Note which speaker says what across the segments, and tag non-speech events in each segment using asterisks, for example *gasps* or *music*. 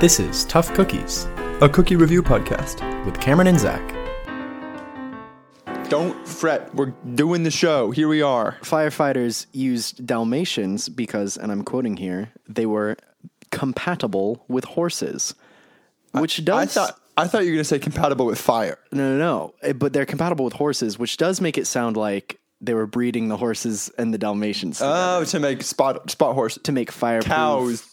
Speaker 1: This is Tough Cookies
Speaker 2: a cookie review podcast.
Speaker 1: with Cameron and Zach.
Speaker 2: Don't fret, we're doing the show. Here we are.
Speaker 3: firefighters used Dalmatians because, and I'm quoting here, they were compatible with horses, which does
Speaker 2: I thought I thought you were gonna say compatible with fire.
Speaker 3: no, no, no, eh, but they're compatible with horses, which does make it sound like they were breeding the horses and the Dalmatians
Speaker 2: Oh, to make spot spot horse
Speaker 3: to make fireproof
Speaker 2: cows.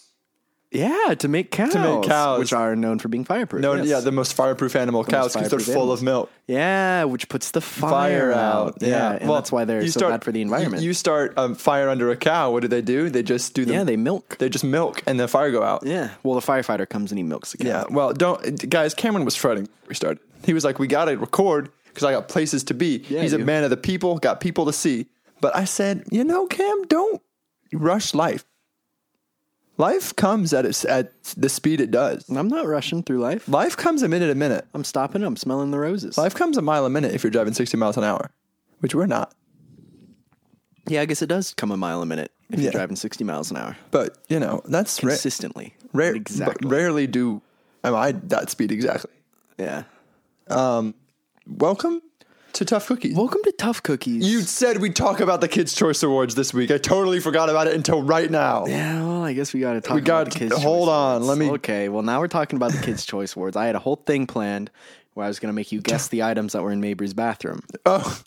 Speaker 3: Yeah, to make cows,
Speaker 2: cows.
Speaker 3: which are known for being fireproof.
Speaker 2: No,
Speaker 3: yes.
Speaker 2: yeah, the most fireproof animal cows because they're
Speaker 3: fireproof
Speaker 2: full of milk.
Speaker 3: yeah, which puts the fire, out. Yeah, and
Speaker 2: Well,
Speaker 3: that's why they're
Speaker 2: you
Speaker 3: so
Speaker 2: start-
Speaker 3: bad for the
Speaker 2: you-
Speaker 3: environment.
Speaker 2: You, start um, fire under a cow. What do they do? They just do the
Speaker 3: yeah, they milk.
Speaker 2: they just milk and the fire go out.
Speaker 3: yeah, well, the firefighter comes and he milks the cow.
Speaker 2: Yeah. Well, don't guys. Cameron was fretting. when We started. He was like, "We got to record because I got places to be." He's a
Speaker 3: you-
Speaker 2: man of the people, got people to see. But I said, you know, Cam, don't rush life. Life comes at its, at the speed it does.
Speaker 3: I'm not rushing through life.
Speaker 2: Life comes a minute a minute.
Speaker 3: I'm stopping. I'm smelling the roses.
Speaker 2: Life comes a mile a minute if you're driving 60 miles an hour, which we're not.
Speaker 3: Yeah, I guess it does come a mile a minute if
Speaker 2: Yeah.
Speaker 3: you're driving 60 miles an hour
Speaker 2: But you know, that's ra-
Speaker 3: consistently.
Speaker 2: rare. but
Speaker 3: exactly.
Speaker 2: Rarely do am I that speed exactly.
Speaker 3: yeah.
Speaker 2: Welcome to Tough Cookies.
Speaker 3: Welcome to Tough Cookies.
Speaker 2: You said we'd talk about the Kids' Choice Awards this week. I totally forgot about it until right now.
Speaker 3: Yeah, well, I guess we got to talk.
Speaker 2: We
Speaker 3: about
Speaker 2: got-
Speaker 3: the kids.
Speaker 2: hold
Speaker 3: Choice
Speaker 2: on,
Speaker 3: Awards.
Speaker 2: let me-
Speaker 3: Okay, well now we're talking about the
Speaker 2: *laughs*
Speaker 3: kids' choice awards. I had a whole thing planned where I was going to make you guess the items that were in Mabry's bathroom.
Speaker 2: Oh,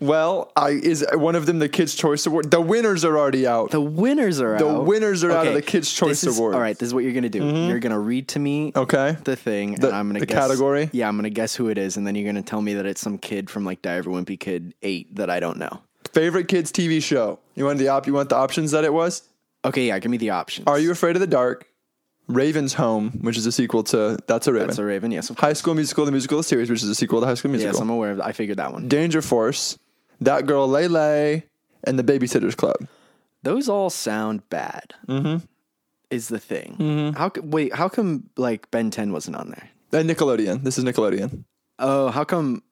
Speaker 2: well, I is one of them the Kids' Choice Award. The winners are already out.
Speaker 3: The winners are
Speaker 2: The
Speaker 3: out.
Speaker 2: winners are out of
Speaker 3: Okay,
Speaker 2: the Kids' Choice
Speaker 3: this is-
Speaker 2: Awards. Mm-hmm.
Speaker 3: All right, this is what you're going to do. You're going to read to me
Speaker 2: Okay.
Speaker 3: the thing,
Speaker 2: The-
Speaker 3: and I'm going
Speaker 2: the
Speaker 3: to guess
Speaker 2: category?
Speaker 3: Yeah, I'm going to guess who it is, and then you're going to tell me that it's some kid from like Diver Wimpy Kid Eight that I don't know.
Speaker 2: Favorite kids' TV show. You want the op? You want the options that it was?
Speaker 3: Okay, yeah, give me the options.
Speaker 2: Are you afraid of the dark? Raven's Home, which is a sequel to That's a Raven.
Speaker 3: That's a Raven. Yes, of course.
Speaker 2: High School Musical, the musical series, which is a sequel to High School Musical.
Speaker 3: Yes, I'm aware of that. I figured that one.
Speaker 2: Danger Force, That Girl Lele, and The Babysitters Club.
Speaker 3: Those all sound bad. Mm-hmm. Is the thing?
Speaker 2: Mm-hmm.
Speaker 3: How co- wait? How come like Ben Ten wasn't on there?
Speaker 2: And Nickelodeon. This is Nickelodeon.
Speaker 3: Oh, how come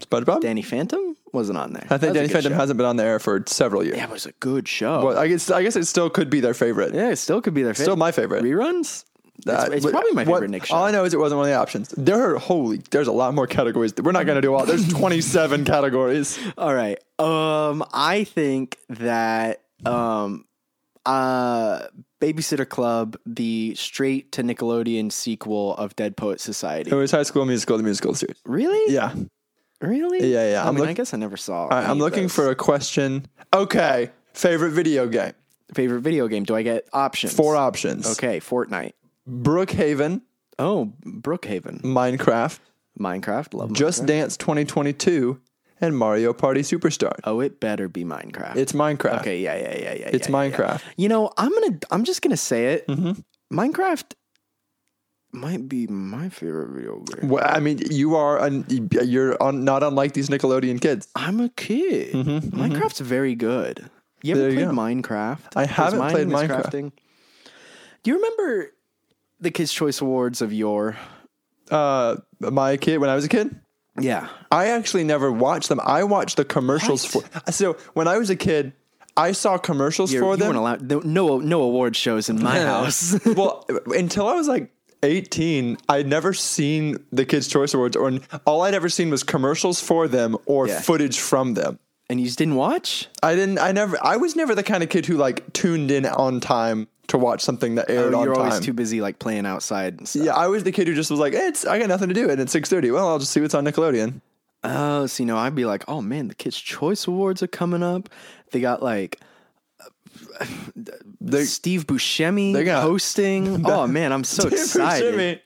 Speaker 2: SpongeBob.
Speaker 3: Danny Phantom wasn't on there?
Speaker 2: I think Danny Phantom
Speaker 3: Show.
Speaker 2: hasn't been on the air for several years.
Speaker 3: That was a good show.
Speaker 2: Well, I guess I guess it still could be their favorite.
Speaker 3: yeah, it still could be their favorite.
Speaker 2: Still my favorite.
Speaker 3: reruns.
Speaker 2: Uh,
Speaker 3: it's it's
Speaker 2: but
Speaker 3: probably my
Speaker 2: what-
Speaker 3: favorite Nick show.
Speaker 2: All I know is it wasn't one of the options. There are holy. There's a lot more categories. We're not going to do all.
Speaker 3: *laughs*
Speaker 2: There's 27 categories.
Speaker 3: all right. Um, I think that um, uh, Babysitter Club, the straight to Nickelodeon sequel of Dead Poet Society.
Speaker 2: It was High School Musical, the musical series.
Speaker 3: Really?
Speaker 2: Yeah,
Speaker 3: Really?
Speaker 2: Yeah, yeah,
Speaker 3: I
Speaker 2: I'm
Speaker 3: mean,
Speaker 2: look-
Speaker 3: I guess I never saw.
Speaker 2: All right, I'm looking for a question. Okay, favorite video game.
Speaker 3: favorite video game. Do I get options?
Speaker 2: Four options.
Speaker 3: Okay, Fortnite.
Speaker 2: Brookhaven,
Speaker 3: Oh, Brookhaven,
Speaker 2: Minecraft,
Speaker 3: Minecraft. Love.
Speaker 2: Just Dance 2022, and Mario Party Superstar.
Speaker 3: Minecraft. oh, it better be Minecraft.
Speaker 2: It's Minecraft.
Speaker 3: okay. Yeah, yeah, yeah, yeah.
Speaker 2: It's
Speaker 3: yeah, yeah.
Speaker 2: Minecraft. Mm-hmm.
Speaker 3: You know, I'm gonna. I'm just gonna say it. Minecraft might be my favorite video game.
Speaker 2: Well, I mean, you are un, you're un, not unlike these Nickelodeon kids.
Speaker 3: I'm a kid. Minecraft's very good. You
Speaker 2: Mm-hmm,
Speaker 3: ever
Speaker 2: There you
Speaker 3: played
Speaker 2: go.
Speaker 3: Minecraft?
Speaker 2: I
Speaker 3: 'Cause
Speaker 2: haven't
Speaker 3: mine
Speaker 2: played
Speaker 3: was
Speaker 2: Minecraft.
Speaker 3: crafting. Do you remember the Kids' Choice Awards of yore?
Speaker 2: Uh, my kid when I was a kid,
Speaker 3: Yeah.
Speaker 2: I actually never watched them. I watched the commercials for. So when I was a kid, I saw commercials
Speaker 3: You're,
Speaker 2: for
Speaker 3: you
Speaker 2: them.
Speaker 3: weren't allowed. No, no, no award shows
Speaker 2: *laughs*
Speaker 3: in my house.
Speaker 2: well, until I was like 18, I'd never seen the Kids' Choice Awards, or all I'd ever seen was commercials for them or
Speaker 3: Yeah.
Speaker 2: footage from them.
Speaker 3: and you just didn't watch?
Speaker 2: I didn't. I never. I was never the kind of kid who like tuned in on time to watch something that aired
Speaker 3: Oh, You're
Speaker 2: on time.
Speaker 3: always too busy like playing outside and stuff.
Speaker 2: yeah, I was the kid who just was like, eh, "It's I got nothing to do," and it's six thirty. Well, I'll just see what's on Nickelodeon. *laughs*
Speaker 3: Oh, so you know, I'd be like, oh man, the Kids' Choice Awards are coming up. They
Speaker 2: *laughs*
Speaker 3: got like Steve Buscemi
Speaker 2: got- *laughs*
Speaker 3: hosting. oh man, I'm so excited.
Speaker 2: Jimmy.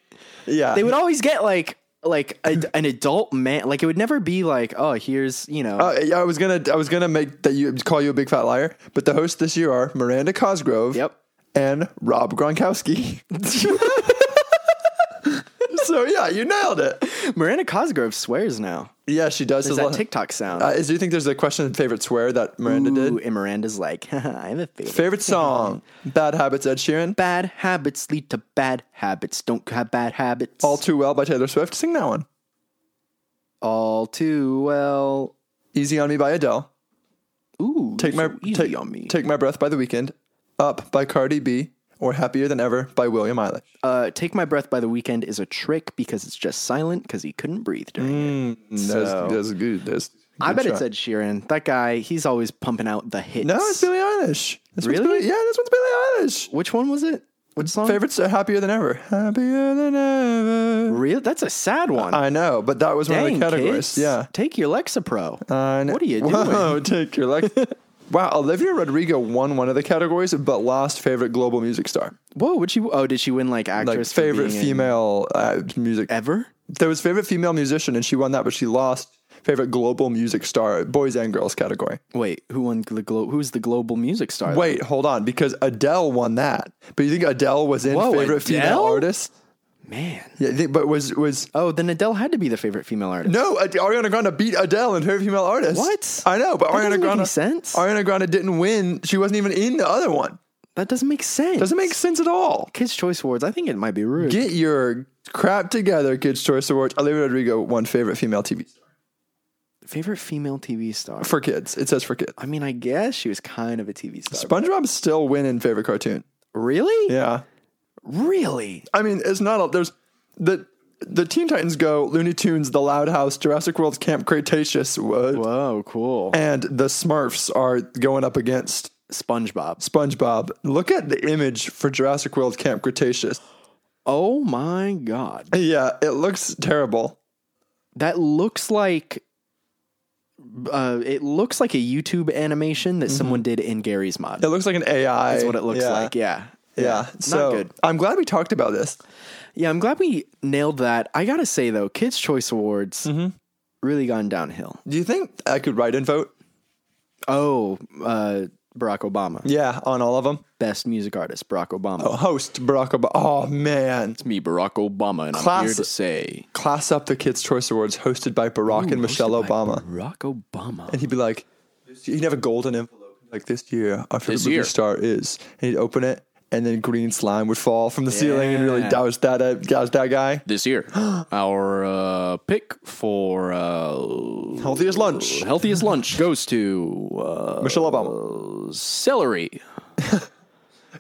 Speaker 2: Yeah,
Speaker 3: They would always get like like a, an adult man. Like it would never be like, oh, here's you know.
Speaker 2: Uh, I was gonna, I was gonna make that you call you a big fat liar, but the hosts this year are Miranda Cosgrove,
Speaker 3: Yep.
Speaker 2: and Rob Gronkowski. *laughs* so yeah, you nailed it.
Speaker 3: Miranda Cosgrove swears now.
Speaker 2: Yeah, she does.
Speaker 3: Is that TikTok sound?
Speaker 2: Uh, is, do you think there's a question of favorite swear that Miranda
Speaker 3: Ooh,
Speaker 2: did?
Speaker 3: and Miranda's like, *laughs* I'm a favorite.
Speaker 2: Favorite song? Bad Habits, Ed Sheeran.
Speaker 3: Bad habits lead to bad habits. Don't have bad habits.
Speaker 2: All Too Well by Taylor Swift. Sing that one.
Speaker 3: All too well.
Speaker 2: Easy on Me by Adele.
Speaker 3: Ooh,
Speaker 2: Take
Speaker 3: you're
Speaker 2: my
Speaker 3: so easy
Speaker 2: take
Speaker 3: on me.
Speaker 2: Take my breath by The Weekend. Up by Cardi B. or Happier Than Ever by William Eilish.
Speaker 3: Uh, Take My Breath by the Weekend is a trick because it's just silent because he couldn't breathe during it.
Speaker 2: That's,
Speaker 3: So-
Speaker 2: that's good. That's
Speaker 3: I
Speaker 2: good
Speaker 3: bet
Speaker 2: try.
Speaker 3: it's Ed Sheeran. That guy, he's always pumping out the hits.
Speaker 2: No, it's Billie Eilish. This one's
Speaker 3: Really?
Speaker 2: Billie- yeah, this one's Billie Eilish.
Speaker 3: Which one was it? What song?
Speaker 2: Favorites are happier than ever. Happier than ever.
Speaker 3: Real? That's a sad one.
Speaker 2: I know, but that was one of
Speaker 3: Dang,
Speaker 2: the categories.
Speaker 3: kids.
Speaker 2: Yeah.
Speaker 3: Take your Lexapro.
Speaker 2: I know.
Speaker 3: What are you
Speaker 2: *laughs* Whoa, take your
Speaker 3: *laughs*
Speaker 2: luck. wow, Olivia Rodrigo won one of the categories, but lost favorite global music star.
Speaker 3: Whoa, would she? Oh, did she win like
Speaker 2: Like
Speaker 3: actress? for
Speaker 2: favorite
Speaker 3: being in-
Speaker 2: female uh, music.
Speaker 3: ever?
Speaker 2: There was favorite female musician, and she won that, but she lost favorite global music star, boys and girls category.
Speaker 3: Wait, who won the glo- Who's the global music star?
Speaker 2: Wait, hold on, because Adele won that. But you think Adele was in
Speaker 3: Whoa,
Speaker 2: favorite female
Speaker 3: Adele?
Speaker 2: artist?
Speaker 3: man.
Speaker 2: Yeah, you think- but was was
Speaker 3: Oh, then Adele had to be the favorite female artist.
Speaker 2: No, Ad- Ariana Grande beat Adele and her female artist.
Speaker 3: What?
Speaker 2: I know, but
Speaker 3: That
Speaker 2: Ariana
Speaker 3: doesn't make any
Speaker 2: Grande
Speaker 3: sense.
Speaker 2: Ariana Grande didn't win. She wasn't even in the other one.
Speaker 3: That doesn't make sense.
Speaker 2: Doesn't make sense at all.
Speaker 3: Kids Choice Awards. I think it might be rude.
Speaker 2: Get your crap together, Kids Choice Awards. Olivia Rodrigo won favorite female TV star.
Speaker 3: favorite female TV star.
Speaker 2: for kids. It says for kids.
Speaker 3: I mean, I guess she was kind of a TV star.
Speaker 2: SpongeBob's still winning favorite cartoon.
Speaker 3: really?
Speaker 2: Yeah,
Speaker 3: Really?
Speaker 2: I mean it's not. A, there's the the Teen Titans Go, Looney Tunes, The Loud House, Jurassic World's Camp Cretaceous, what?
Speaker 3: Whoa, cool.
Speaker 2: and the Smurfs are going up against
Speaker 3: SpongeBob.
Speaker 2: SpongeBob. Look at the image for Jurassic World Camp Cretaceous.
Speaker 3: Oh my god.
Speaker 2: Yeah, it looks terrible.
Speaker 3: That looks like uh, it looks like a YouTube animation that someone did in Gary's mod.
Speaker 2: It looks like an AI.
Speaker 3: That's what it looks
Speaker 2: Mm-hmm. Yeah,
Speaker 3: like. Yeah.
Speaker 2: Yeah. So
Speaker 3: Not good.
Speaker 2: I'm glad we talked about this.
Speaker 3: Yeah, I'm glad we nailed that. I gotta say though, Kids Choice Awards
Speaker 2: Mm-hmm.
Speaker 3: really gone downhill.
Speaker 2: Do you think I could write and vote?
Speaker 3: Oh, uh, Barack Obama,
Speaker 2: Yeah, on all of them.
Speaker 3: best music artist, Barack Obama.
Speaker 2: Host Barack Obama. Oh man,
Speaker 3: me, Barack Obama, and
Speaker 2: I'm here to
Speaker 3: say
Speaker 2: class up the Kids Choice Awards hosted by Barack and Michelle Obama,
Speaker 3: Barack Obama.
Speaker 2: and he'd be like, he'd have a golden envelope like this year our favorite
Speaker 3: This
Speaker 2: movie
Speaker 3: year.
Speaker 2: star is, and he'd open it. And then green slime would fall from the ceiling and really
Speaker 3: Yeah.
Speaker 2: douse that uh, douse that guy.
Speaker 3: This
Speaker 2: *gasps*
Speaker 3: year, our uh, pick for uh,
Speaker 2: Healthiest lunch. *laughs*
Speaker 3: healthiest lunch goes to uh,
Speaker 2: Michelle Obama. *laughs*
Speaker 3: celery.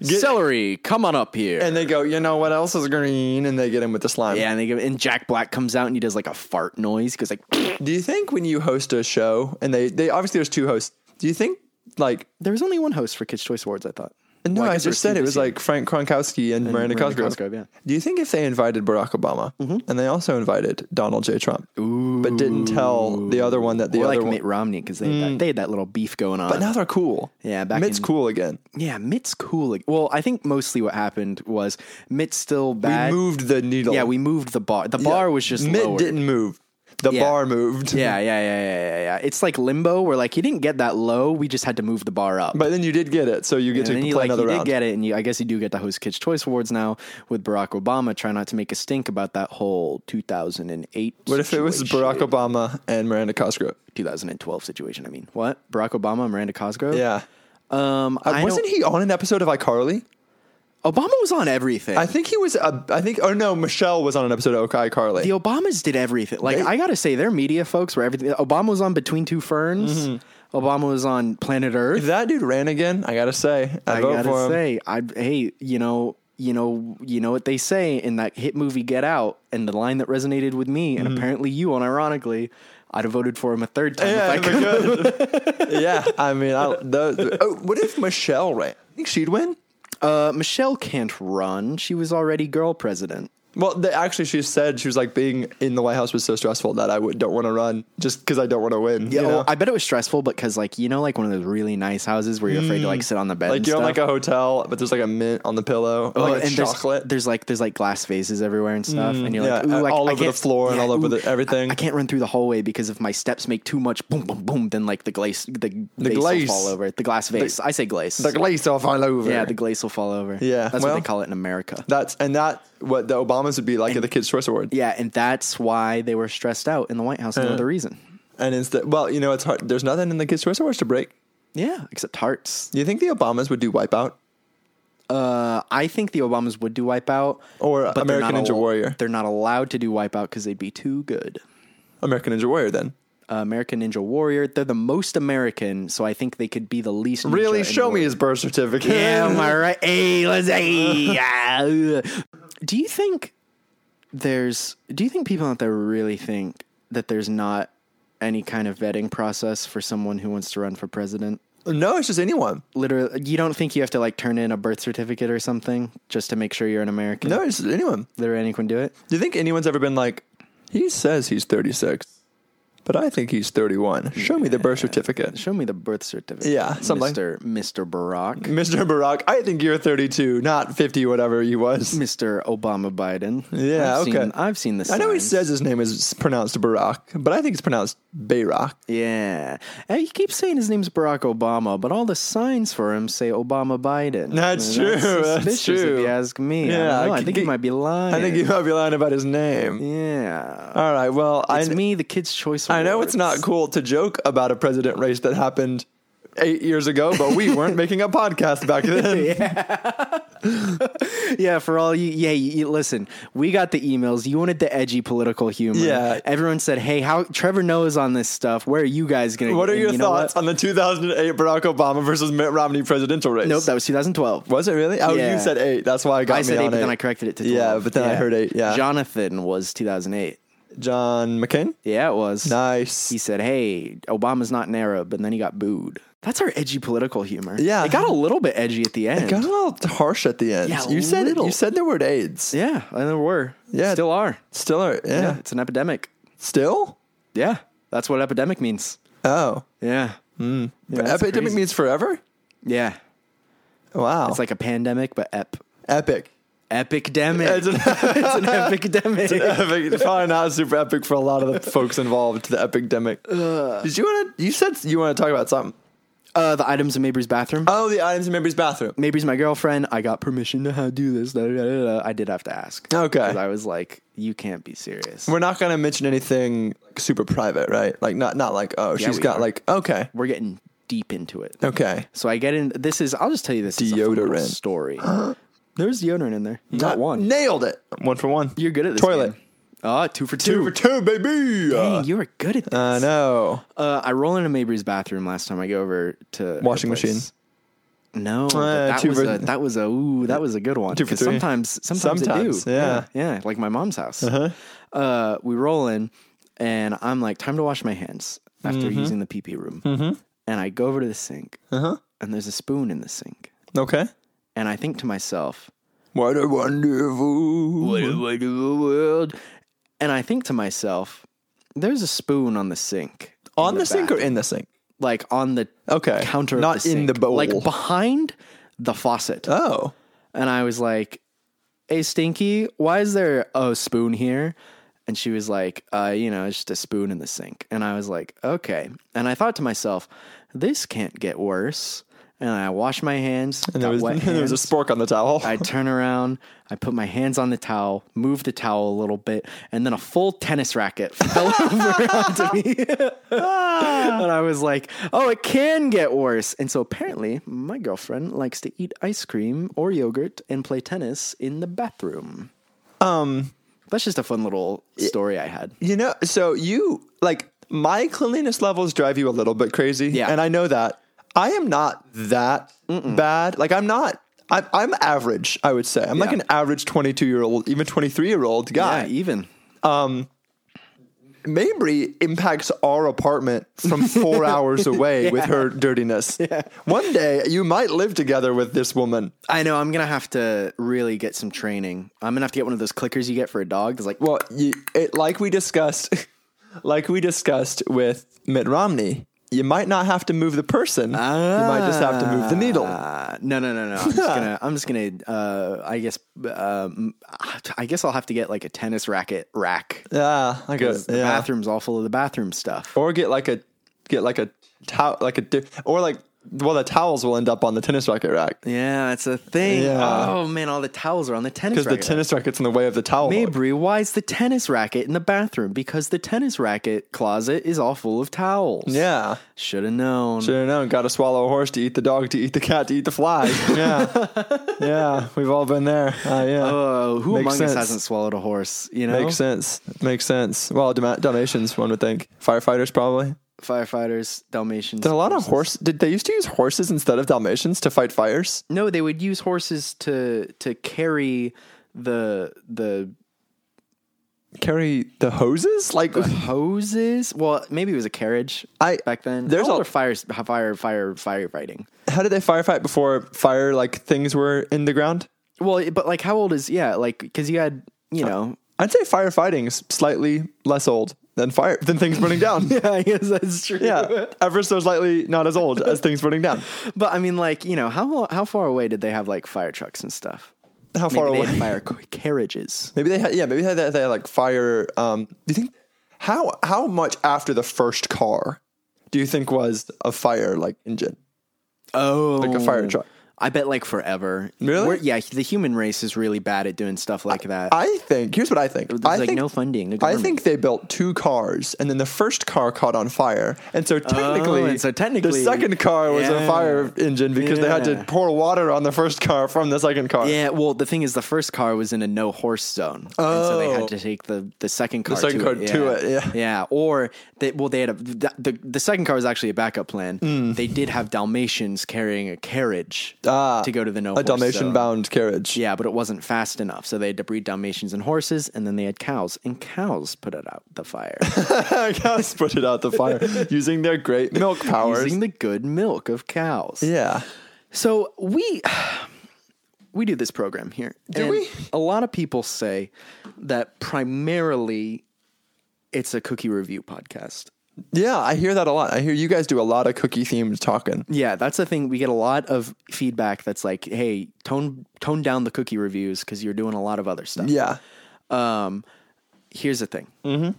Speaker 3: celery, come on up here.
Speaker 2: And they go, you know what else is green? And they get him with the slime.
Speaker 3: yeah, and they give, and Jack Black comes out and he does like a fart noise. He goes like, *laughs*
Speaker 2: Do you think when you host a show and they, they obviously there's two hosts, do you think like
Speaker 3: there was only one host for Kids Choice Awards, I thought.
Speaker 2: no,
Speaker 3: Well,
Speaker 2: I,
Speaker 3: guess there
Speaker 2: just said
Speaker 3: two
Speaker 2: it
Speaker 3: this
Speaker 2: was
Speaker 3: year.
Speaker 2: like Frank Kronkowski and, Miranda,
Speaker 3: Miranda
Speaker 2: Cosgrove.
Speaker 3: Cosgrove, yeah. Mm-hmm.
Speaker 2: Do you think if they invited Barack Obama and they also invited Donald J. Trump, but didn't tell the other one that the
Speaker 3: Or
Speaker 2: other
Speaker 3: like
Speaker 2: one,
Speaker 3: Mitt Romney because they, had that- they had that little beef going on.
Speaker 2: Mm. but now they're cool.
Speaker 3: Yeah, back
Speaker 2: Mitt's
Speaker 3: in-
Speaker 2: cool again.
Speaker 3: yeah, Mitt's cool. ag- Well, I think mostly what happened was Mitt's still
Speaker 2: We
Speaker 3: bad.
Speaker 2: moved the needle.
Speaker 3: yeah, we moved the bar. The bar was just
Speaker 2: Mitt
Speaker 3: lowered.
Speaker 2: didn't move. The
Speaker 3: Yeah.
Speaker 2: bar moved.
Speaker 3: Yeah, yeah, yeah, yeah, yeah, yeah. It's like limbo. Where like you didn't get that low. We just had to move the bar up.
Speaker 2: *laughs* but then you did get it, so you get
Speaker 3: and
Speaker 2: to
Speaker 3: then
Speaker 2: play
Speaker 3: you, like,
Speaker 2: another
Speaker 3: you
Speaker 2: round.
Speaker 3: did get it, and you, I guess you do get to host Kids Choice Awards now with Barack Obama. Try not to make a stink about that whole 2008.
Speaker 2: what if it was Barack Obama and Miranda Cosgrove?
Speaker 3: 2012 situation? I mean, what Barack Obama, Miranda Cosgrove?
Speaker 2: Yeah. Uh,
Speaker 3: Um, I don't-
Speaker 2: Wasn't he on an episode of iCarly?
Speaker 3: Obama was on everything.
Speaker 2: I think he was. Uh, I think. Oh no, Michelle was on an episode of Okay Carly.
Speaker 3: the Obamas did everything. Like I gotta say, their media folks were everything. Obama was on Between Two Ferns.
Speaker 2: Mm-hmm.
Speaker 3: Obama was on Planet Earth.
Speaker 2: if that dude ran again, I gotta say, I,
Speaker 3: I
Speaker 2: vote
Speaker 3: gotta
Speaker 2: for him.
Speaker 3: say, I hey, you know, you know, you know what they say in that hit movie Get Out, and the line that resonated with me,
Speaker 2: Mm-hmm.
Speaker 3: and apparently you, unironically, I'd have voted for him a third time.
Speaker 2: yeah,
Speaker 3: if I could.
Speaker 2: good.
Speaker 3: *laughs*
Speaker 2: yeah, I mean, I, the, oh, what if Michelle ran? I think she'd win.
Speaker 3: *laughs* Uh, Michelle can't run; she was already girl president.
Speaker 2: Well, they, actually, she said she was like being in the White House was so stressful that I would, don't want to run just because I don't want to win.
Speaker 3: Yeah,
Speaker 2: you know?
Speaker 3: well, Oh, I bet it was stressful because, like, you know, like one of those really nice houses where you're afraid to like sit on the bed.
Speaker 2: Mm. like
Speaker 3: and
Speaker 2: you're in
Speaker 3: stuff? Oh,
Speaker 2: like a hotel, but there's like a mint on the pillow, or, like a
Speaker 3: there's-
Speaker 2: chocolate.
Speaker 3: There's, like there's like glass vases everywhere and stuff, and you're like,
Speaker 2: yeah, uh,
Speaker 3: ooh, I,
Speaker 2: all
Speaker 3: I
Speaker 2: over the
Speaker 3: can't-
Speaker 2: floor and all over the-
Speaker 3: I-
Speaker 2: everything.
Speaker 3: I, can't run through the hallway because if my steps make too much boom, boom, boom, then like the glaze, the, vase
Speaker 2: glaze.
Speaker 3: will fall over. The glass vase. I say glaze.
Speaker 2: the glaze off all over.
Speaker 3: yeah, the glaze will fall over.
Speaker 2: Yeah,
Speaker 3: that's
Speaker 2: well-
Speaker 3: what they call it in America.
Speaker 2: that's and that what the Obamas would be like at the Kids' Choice Award.
Speaker 3: yeah, and that's why they were stressed out in the White House.
Speaker 2: Uh.
Speaker 3: Another reason.
Speaker 2: And instead, well, you know, it's hard. There's nothing in the Kids' Choice Awards to break.
Speaker 3: Yeah, except tarts.
Speaker 2: Do you think the Obamas would do Wipeout?
Speaker 3: Uh, I think the Obamas would do Wipeout
Speaker 2: Or
Speaker 3: but they're
Speaker 2: American
Speaker 3: not
Speaker 2: Ninja Warrior.
Speaker 3: They're not allowed to do Wipeout because they'd be too good.
Speaker 2: American Ninja Warrior then.
Speaker 3: uh, American Ninja Warrior. They're the most American, so I think they could be the least. ninja
Speaker 2: Really,
Speaker 3: in
Speaker 2: show
Speaker 3: the
Speaker 2: me
Speaker 3: world.
Speaker 2: his birth certificate.
Speaker 3: Yeah, am
Speaker 2: *laughs*
Speaker 3: I right? Hey, let's hey. ah, ugh. *laughs* Do you think there's? Do you think people out there really think that there's not any kind of vetting process for someone who wants to run for president?
Speaker 2: no, it's just anyone.
Speaker 3: Literally, you don't think you have to like turn in a birth certificate or something just to make sure you're an American?
Speaker 2: No, it's just anyone.
Speaker 3: literally anyone can do it.
Speaker 2: Do you think anyone's ever been like, he says he's 36, but I think he's 31. Show me the birth certificate.
Speaker 3: Show me the birth certificate.
Speaker 2: Yeah, something.
Speaker 3: Mister Mister Barack,
Speaker 2: Mr. Barack, I think you're 32, not 50, whatever he was.
Speaker 3: Mister Obama Biden.
Speaker 2: Yeah,
Speaker 3: I've
Speaker 2: okay.
Speaker 3: Seen, I've seen this.
Speaker 2: I know he says his name is pronounced Barack, but I think it's pronounced Bayrock.
Speaker 3: Yeah. And you keep saying his name's Barack Obama, but all the signs for him say Obama Biden.
Speaker 2: That's
Speaker 3: And
Speaker 2: true. That's
Speaker 3: suspicious
Speaker 2: true.
Speaker 3: If you ask me. I,
Speaker 2: Yeah,
Speaker 3: don't
Speaker 2: I
Speaker 3: know. I think he
Speaker 2: think-
Speaker 3: might be lying.
Speaker 2: I think you might be lying about his name.
Speaker 3: Yeah.
Speaker 2: All right, well, I,
Speaker 3: It's me, the Kids' Choice
Speaker 2: I know
Speaker 3: Awards. *laughs*
Speaker 2: it's not cool to joke about a president race that happened eight years ago, but we
Speaker 3: *laughs*
Speaker 2: weren't making a podcast back then.
Speaker 3: Yeah, for all you. Yeah, you, you- listen, we got the emails. You wanted the edgy political humor.
Speaker 2: Yeah.
Speaker 3: Everyone said, hey, how Trevor Noah's on this stuff. Where are you guys going to
Speaker 2: What are
Speaker 3: and
Speaker 2: your
Speaker 3: you know
Speaker 2: thoughts
Speaker 3: what?
Speaker 2: on the 2008 Barack Obama versus Mitt Romney presidential race?
Speaker 3: Nope, that was 2012.
Speaker 2: was it really? Oh,
Speaker 3: Yeah.
Speaker 2: you said eight. That's why I got
Speaker 3: I
Speaker 2: me
Speaker 3: said
Speaker 2: on
Speaker 3: eight, but then I corrected it to 12.
Speaker 2: Yeah, but then I heard eight. Yeah, John,
Speaker 3: Jonathan was 2008.
Speaker 2: McCain.
Speaker 3: Yeah, it was.
Speaker 2: Nice.
Speaker 3: he said, "Hey, Obama's not an Arab," and then he got booed. That's our edgy political humor.
Speaker 2: Yeah.
Speaker 3: it got a little bit edgy at the end.
Speaker 2: Got a little harsh at the end.
Speaker 3: Yeah,
Speaker 2: you said
Speaker 3: little.
Speaker 2: you said the word AIDS.
Speaker 3: yeah, and there were.
Speaker 2: Yeah.
Speaker 3: still are.
Speaker 2: Still, are, yeah.
Speaker 3: Yeah, it's an epidemic.
Speaker 2: Still.
Speaker 3: Yeah, that's what epidemic means.
Speaker 2: Oh,
Speaker 3: Yeah,
Speaker 2: But
Speaker 3: that's
Speaker 2: epidemic
Speaker 3: crazy.
Speaker 2: means forever.
Speaker 3: yeah.
Speaker 2: Wow,
Speaker 3: It's like a pandemic, but ep
Speaker 2: epic.
Speaker 3: epidemic.
Speaker 2: It's an
Speaker 3: *laughs* it's an epidemic.
Speaker 2: *laughs* epic. It's probably not super epic for a lot of the folks involved. The epidemic. Did you want to? You said you want to talk about something.
Speaker 3: Uh, the items in Mabry's bathroom.
Speaker 2: Oh, the items in Mabry's bathroom.
Speaker 3: Mabry's my girlfriend. I got permission to do this. Da, da, da, da. I did have to ask.
Speaker 2: Okay.
Speaker 3: 'Cause I was like, "You can't be serious."
Speaker 2: We're not gonna mention anything super private, right? Like not not like oh she's
Speaker 3: we
Speaker 2: got
Speaker 3: are.
Speaker 2: like okay
Speaker 3: we're getting deep into it.
Speaker 2: okay
Speaker 3: So I get in. This is. I'll just tell you this. is a fun little
Speaker 2: Deodorant. *gasps*
Speaker 3: story. There's deodorant in there. You got
Speaker 2: Uh,
Speaker 3: one.
Speaker 2: nailed it one for one
Speaker 3: You're good at this.
Speaker 2: toilet
Speaker 3: game. Ah, two for
Speaker 2: two
Speaker 3: two.
Speaker 2: for two baby.
Speaker 3: Dang, you were good at this.
Speaker 2: I know
Speaker 3: Uh, I roll into Mabry's bathroom last time I go over to her
Speaker 2: Washing
Speaker 3: place.
Speaker 2: machine.
Speaker 3: No, but that
Speaker 2: two
Speaker 3: was
Speaker 2: for-
Speaker 3: a that was a ooh that was a good one.
Speaker 2: Two for
Speaker 3: 'Cause
Speaker 2: three.
Speaker 3: Sometimes sometimes, they
Speaker 2: Sometimes,
Speaker 3: do.
Speaker 2: yeah.
Speaker 3: yeah, like my mom's house. Uh-huh. Uh, we roll in, and I'm like, time to wash my hands after using the PP room. And I go over to the sink, Mm-hmm. uh-huh. and there's a spoon in the sink.
Speaker 2: okay.
Speaker 3: And I think to myself,
Speaker 2: What a wonderful.
Speaker 3: What a wonderful world. And I think to myself, there's a spoon on the sink. in
Speaker 2: On the, sink or
Speaker 3: bath-
Speaker 2: in the sink?
Speaker 3: like on the
Speaker 2: Okay.
Speaker 3: counter, of
Speaker 2: Not
Speaker 3: the
Speaker 2: in the
Speaker 3: sink,
Speaker 2: bowl.
Speaker 3: like behind the faucet.
Speaker 2: oh.
Speaker 3: And I was like, "Hey, Stinky, why is there a spoon here?" And she was like, uh, "You know, it's just a spoon in the sink." And I was like, "Okay." And I thought to myself, "This can't get worse." And I wash my hands.
Speaker 2: And there was, *laughs*
Speaker 3: wet
Speaker 2: there was a
Speaker 3: hands.
Speaker 2: spork on the towel.
Speaker 3: I turn around, I put my hands on the towel, move the towel a little bit, and then a full tennis racket *laughs* fell over onto me. *laughs* and I was like, oh, it can get worse. And so apparently, my girlfriend likes to eat ice cream or yogurt and play tennis in the bathroom.
Speaker 2: um,
Speaker 3: That's just a fun little story I had.
Speaker 2: *laughs* you know, so you like my cleanliness levels drive you a little bit crazy.
Speaker 3: Yeah.
Speaker 2: And I know that. I am not that bad. Like I'm not. I'm, I'm average. I would say I'm like
Speaker 3: Yeah.
Speaker 2: an average 22 year old, even 23 year old guy.
Speaker 3: Yeah, even.
Speaker 2: Mabry impacts our apartment from
Speaker 3: *laughs*
Speaker 2: four hours away with her dirtiness. One day you might live together with this woman.
Speaker 3: I know I'm gonna have to really get some training. I'm gonna have to get one of those clickers you get for a dog. That's like,
Speaker 2: Well, you, it, like we discussed, *laughs* like we discussed with Mitt Romney, you might not have to move the person. you might just have to move the needle.
Speaker 3: Uh, no, no, no, no. I'm just gonna. I'm just gonna. Uh, I guess. Um, I guess I'll have to get like a tennis racket rack.
Speaker 2: Yeah, I guess.
Speaker 3: The
Speaker 2: Yeah.
Speaker 3: bathroom's all full of the bathroom stuff.
Speaker 2: Or get like a get like a towel, like a di- or like well, the towels will end up on the tennis racket rack
Speaker 3: Yeah, it's a thing.
Speaker 2: Yeah.
Speaker 3: Oh man, all the towels are on the tennis
Speaker 2: because the
Speaker 3: racket.
Speaker 2: tennis racket's in the way of the towel. hook.
Speaker 3: Mabry, why is the tennis racket in the bathroom? Because the tennis racket closet is all full of towels.
Speaker 2: Yeah.
Speaker 3: Should have known.
Speaker 2: Should have known. Got to swallow a horse to eat the dog, to eat the cat, to eat the
Speaker 3: *laughs*
Speaker 2: fly. Yeah. yeah. We've all been there. Uh, yeah.
Speaker 3: Oh, who
Speaker 2: Makes
Speaker 3: among
Speaker 2: sense.
Speaker 3: us hasn't swallowed a horse? You know,
Speaker 2: Makes sense. Makes sense. Well, Dam- Dalmatians, one would think. Firefighters, probably.
Speaker 3: firefighters, Dalmatians.
Speaker 2: Did a lot of horse? Did they used to use horses instead of Dalmatians to fight fires?
Speaker 3: No, they would use horses to to carry the the
Speaker 2: Carry the hoses? Like
Speaker 3: hoses. Well, maybe it was a carriage.
Speaker 2: I-
Speaker 3: back then.
Speaker 2: there's
Speaker 3: There's all
Speaker 2: a-
Speaker 3: a, fire fire fire firefighting.
Speaker 2: how did they firefight before fire? Like things were in the ground.
Speaker 3: Well, it- but like, how old is yeah? Like, because you had
Speaker 2: *laughs*
Speaker 3: you know.
Speaker 2: I'd say firefighting's slightly less old than fire than things burning down. *laughs*
Speaker 3: Yeah, I guess that's true.
Speaker 2: yeah, ever so slightly not as old as things burning down.
Speaker 3: But I mean, like you know, how how far away did they have like fire trucks and stuff?
Speaker 2: How
Speaker 3: Maybe
Speaker 2: far
Speaker 3: they
Speaker 2: away?
Speaker 3: had fire c- carriages.
Speaker 2: Maybe they had yeah. Maybe they had, they had like fire. Um, do you think how how much after the first car do you think was a fire like engine
Speaker 3: Oh,
Speaker 2: like a fire truck?
Speaker 3: I bet like forever.
Speaker 2: Really?
Speaker 3: yeah, the human race is really bad at doing stuff like that.
Speaker 2: I think here's what I think.
Speaker 3: There's
Speaker 2: I
Speaker 3: Uh, like
Speaker 2: think
Speaker 3: no funding. The
Speaker 2: I
Speaker 3: government-
Speaker 2: think they built two cars, and then the first car caught on fire, and so technically,
Speaker 3: Oh, and so technically-
Speaker 2: the second car was a
Speaker 3: Yeah.
Speaker 2: fire engine because they had
Speaker 3: Yeah.
Speaker 2: to pour water on the first car from the second car.
Speaker 3: Yeah, well, the thing is, the first car was in a no horse zone, and so they
Speaker 2: Oh.
Speaker 3: had to take the, the second car.
Speaker 2: second
Speaker 3: to
Speaker 2: car
Speaker 3: it.
Speaker 2: to it, yeah.
Speaker 3: yeah. Or they well, they had a the, the, the second car was actually a backup plan.
Speaker 2: Mm.
Speaker 3: They did have Dalmatians carrying a carriage
Speaker 2: Ah,
Speaker 3: to go to the no
Speaker 2: a Dalmatian
Speaker 3: zone.
Speaker 2: bound carriage. *laughs*
Speaker 3: Yeah, but it wasn't fast enough, so they had to breed Dalmatians and horses, and then they had cows, and cows put it out the fire
Speaker 2: cows put it out the
Speaker 3: *laughs*
Speaker 2: fire using their great milk *laughs* powers.
Speaker 3: using the good milk of cows.
Speaker 2: yeah,
Speaker 3: So we *sighs* we do this program here. Do
Speaker 2: we?
Speaker 3: A lot of people say that primarily it's a cookie review podcast.
Speaker 2: yeah, I hear that a lot. I hear you guys do a lot of cookie themed talking.
Speaker 3: Yeah, that's the thing. We get a lot of feedback that's like, "Hey, tone tone down the cookie reviews because you're doing a lot of other stuff."
Speaker 2: Yeah, Mm-hmm.
Speaker 3: Um, here's the thing.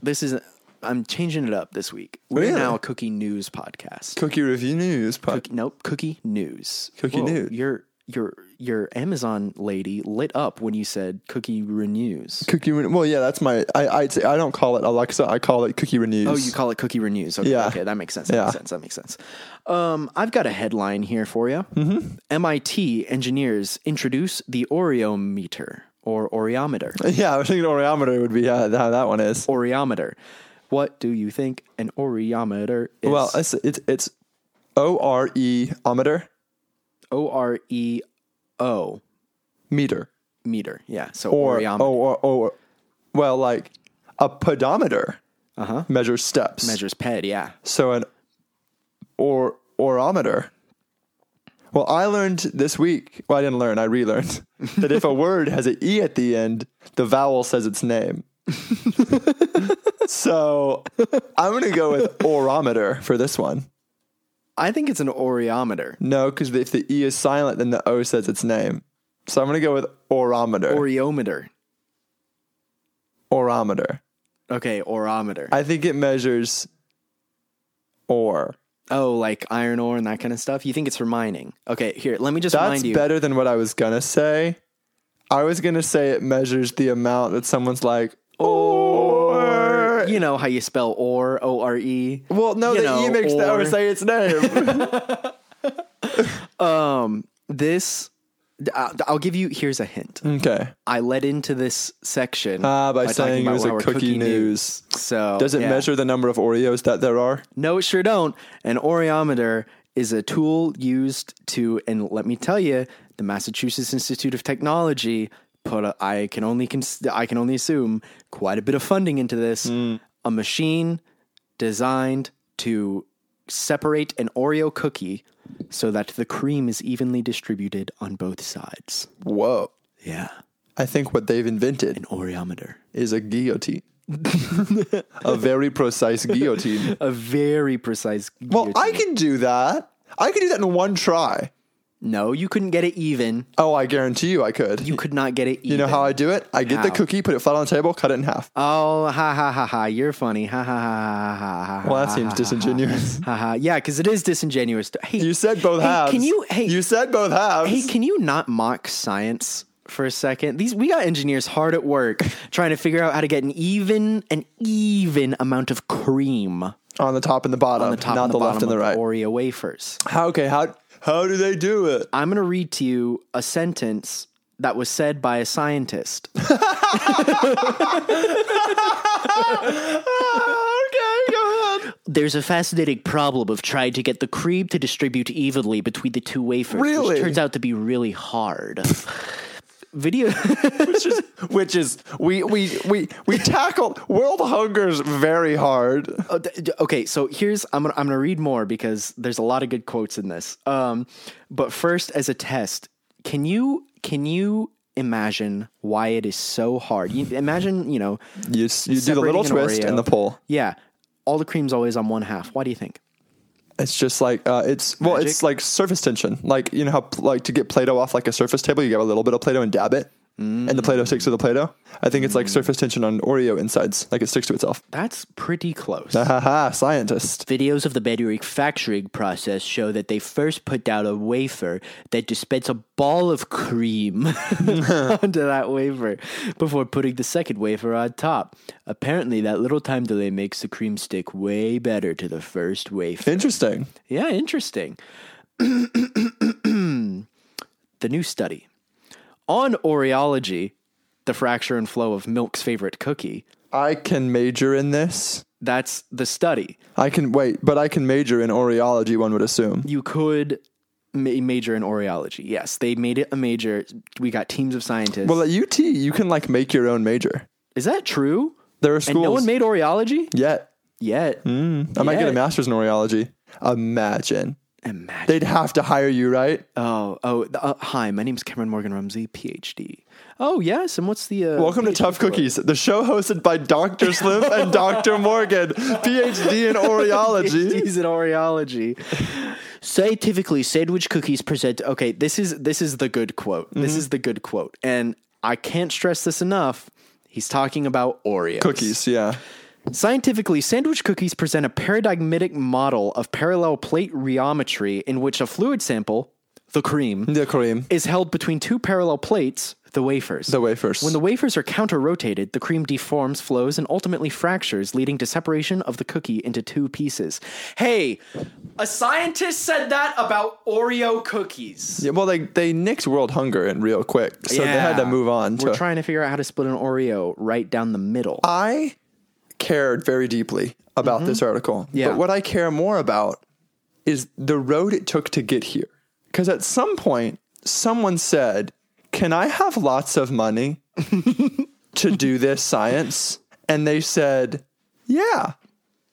Speaker 3: This is I'm changing it up this week. We're
Speaker 2: Really?
Speaker 3: now a cookie news podcast.
Speaker 2: cookie review news. Pod-
Speaker 3: Cookie, nope, cookie news.
Speaker 2: Cookie news.
Speaker 3: Your your your Amazon lady lit up when you said cookie renews.
Speaker 2: Cookie, re- well, yeah, that's my. I I'd say, I don't call it Alexa. I call it cookie renews.
Speaker 3: Oh, you call it cookie renews. Okay,
Speaker 2: Yeah.
Speaker 3: okay that makes sense. That
Speaker 2: Yeah.
Speaker 3: makes sense. That makes sense. Um, I've got a headline here for you.
Speaker 2: Mm-hmm.
Speaker 3: MIT engineers introduce the Oreometer or Oreometer.
Speaker 2: *laughs* yeah, I was thinking oreometer would be yeah, how that one is.
Speaker 3: Oreometer. What do you think an Oreometer is?
Speaker 2: Well, uh, it's it's, it's O R E ometer
Speaker 3: O R E O
Speaker 2: meter
Speaker 3: meter. Yeah. So
Speaker 2: or
Speaker 3: Oreometer.
Speaker 2: oh, or, or well like a pedometer
Speaker 3: Uh-huh.
Speaker 2: measures steps.
Speaker 3: measures ped. Yeah.
Speaker 2: So an or orometer. Well, I learned this week. Well, I didn't learn. I relearned that if a word has an e at the end, the vowel says its name. so I'm gonna go with orometer for this one.
Speaker 3: I think it's an Oreometer.
Speaker 2: No, because if the E is silent, then the O says its name. So I'm going to go with
Speaker 3: *laughs*
Speaker 2: orometer.
Speaker 3: Oreometer.
Speaker 2: orometer.
Speaker 3: Okay, orometer.
Speaker 2: I think it measures or.
Speaker 3: oh, like iron ore and that kind of stuff. You think it's for mining? Okay, here, let me just
Speaker 2: That's
Speaker 3: remind you.
Speaker 2: better than what I was going to say. I was going to say it measures the amount that someone's like, or.
Speaker 3: You know how you spell ore, O R E.
Speaker 2: Well, no,
Speaker 3: you
Speaker 2: the E
Speaker 3: know,
Speaker 2: makes the O
Speaker 3: or.
Speaker 2: say its
Speaker 3: *laughs*
Speaker 2: name. *laughs*
Speaker 3: This, I- I'll give you. Here's a hint.
Speaker 2: okay.
Speaker 3: I led into this section
Speaker 2: Ah, by
Speaker 3: talking
Speaker 2: saying it
Speaker 3: about
Speaker 2: was a
Speaker 3: our
Speaker 2: cookie, news.
Speaker 3: So
Speaker 2: Does it
Speaker 3: yeah.
Speaker 2: measure the number of Oreos that there are?
Speaker 3: No, it sure don't. An oreometer is a tool used to, and let me tell you, the Massachusetts Institute of Technology put. A, I can only cons- I can only assume quite a bit of funding into this.
Speaker 2: Mm.
Speaker 3: A machine designed to separate an Oreo cookie so that the cream is evenly distributed on both sides.
Speaker 2: Whoa.
Speaker 3: Yeah,
Speaker 2: I think what they've invented
Speaker 3: an oreometer.
Speaker 2: is a guillotine. *laughs* a very precise
Speaker 3: *laughs*
Speaker 2: guillotine.
Speaker 3: A very precise.
Speaker 2: Well, I
Speaker 3: guillotine.
Speaker 2: can do that. I can do that in one try.
Speaker 3: No, you couldn't get it even.
Speaker 2: Oh, I guarantee you I could.
Speaker 3: You could not get it even.
Speaker 2: You know how I do it? I get the
Speaker 3: How?
Speaker 2: cookie, put it flat on the table, cut it in half.
Speaker 3: Oh, ha ha ha ha! You're funny. Ha ha ha ha ha ha. ha,
Speaker 2: Well, that
Speaker 3: ha,
Speaker 2: seems
Speaker 3: *laughs* ha,
Speaker 2: disingenuous.
Speaker 3: Ha ha. Yeah, because it is disingenuous. To, hey,
Speaker 2: You said both
Speaker 3: hey,
Speaker 2: halves.
Speaker 3: Can you? Hey,
Speaker 2: you said both halves.
Speaker 3: hey, can you not mock science for a second? These we got engineers hard at work trying to figure out how to get an even an even amount of cream on
Speaker 2: on the top and the bottom,
Speaker 3: the top
Speaker 2: not
Speaker 3: and
Speaker 2: the,
Speaker 3: the,
Speaker 2: left
Speaker 3: bottom
Speaker 2: and the
Speaker 3: of
Speaker 2: right.
Speaker 3: Oreo wafers.
Speaker 2: how? Okay, how how do they do
Speaker 3: *laughs*
Speaker 2: it?
Speaker 3: I'm going to read to you a sentence that was said by
Speaker 2: *laughs*
Speaker 3: a scientist.
Speaker 2: okay, go ahead.
Speaker 3: There's a fascinating problem of trying to get the cream to distribute evenly between the two wafers,
Speaker 2: Really?
Speaker 3: which turns out to be really hard. *laughs* Video. *laughs*
Speaker 2: Which is which is we we we *laughs* we tackled world hunger's very hard.
Speaker 3: Oh, d- d- okay, so here's I'm gonna I'm gonna read more because there's a lot of good quotes in this. Um, but first, as a test, can you can you imagine why it is so hard? You, imagine you know,
Speaker 2: You s- you do the little
Speaker 3: Separating an
Speaker 2: twist
Speaker 3: Oreo.
Speaker 2: and the pull.
Speaker 3: yeah, all the cream's always on one half. Why do you think?
Speaker 2: It's just like uh, it's well, it's like surface tension. Like you know how like to get Play-Doh off like a surface table, you grab a little bit of Play-Doh and dab it, and the Play-Doh sticks to the Play-Doh. I think it's like
Speaker 3: Mm.
Speaker 2: surface tension on Oreo insides, like it sticks to itself.
Speaker 3: That's pretty close.
Speaker 2: Haha, scientist.
Speaker 3: Videos of the manufacturing process show that they first put down a wafer that dispense a ball of cream *laughs* onto that wafer before putting the second wafer on top. Apparently, that little time delay makes the cream stick way better to the first wafer.
Speaker 2: Interesting.
Speaker 3: Yeah, interesting. *clears throat* the new study on Oreology, the fracture and flow of milk's favorite cookie.
Speaker 2: I can major in this.
Speaker 3: That's the study.
Speaker 2: I can wait, but I can major in Oreology. One would assume.
Speaker 3: you could ma- major in oreology. Yes, they made it a major. We got teams of scientists.
Speaker 2: Well, at UT, you can like make your own major.
Speaker 3: is that true?
Speaker 2: There are schools Mm.
Speaker 3: And no one made oreology
Speaker 2: yet.
Speaker 3: yet.
Speaker 2: I might get a
Speaker 3: Yet.
Speaker 2: master's in Oreology. Imagine
Speaker 3: Imagine.
Speaker 2: they'd have to hire you, right?
Speaker 3: oh, oh. th- Uh, hi, my name's Cameron Morgan Rumsey, PhD. Oh yes, and what's the uh,
Speaker 2: Welcome to
Speaker 3: PhD
Speaker 2: Tough
Speaker 3: for?
Speaker 2: Cookies, the show hosted by Dr. Slim and Dr. Morgan, PhD in
Speaker 3: *laughs*
Speaker 2: Oreology.
Speaker 3: PhDs in oreology.
Speaker 2: *laughs*
Speaker 3: Scientifically, sandwich cookies present. Okay, this is this is the good quote.
Speaker 2: Mm-hmm.
Speaker 3: This is the good quote, and I can't stress this enough. He's talking about Oreos.
Speaker 2: Cookies, yeah.
Speaker 3: Scientifically, sandwich cookies present a paradigmatic model of parallel plate rheometry in which a fluid sample, the cream,
Speaker 2: The cream,
Speaker 3: is held between two parallel plates, the wafers.
Speaker 2: the wafers.
Speaker 3: when the wafers are counter rotated, the cream deforms, flows, and ultimately fractures, leading to separation of the cookie into two pieces. Hey, a scientist said that about Oreo cookies.
Speaker 2: yeah, well, they, they nicked world hunger in real quick, so they had to
Speaker 3: Yeah.
Speaker 2: move on. To,
Speaker 3: We're trying to figure out how to split an Oreo right down the middle.
Speaker 2: I cared very deeply about this article.
Speaker 3: Mm-hmm. Yeah.
Speaker 2: But what I care more about is the road it took to get here. Because at some point, someone said, Can I have lots of
Speaker 3: *laughs*
Speaker 2: money to do this science? And they said, Yeah.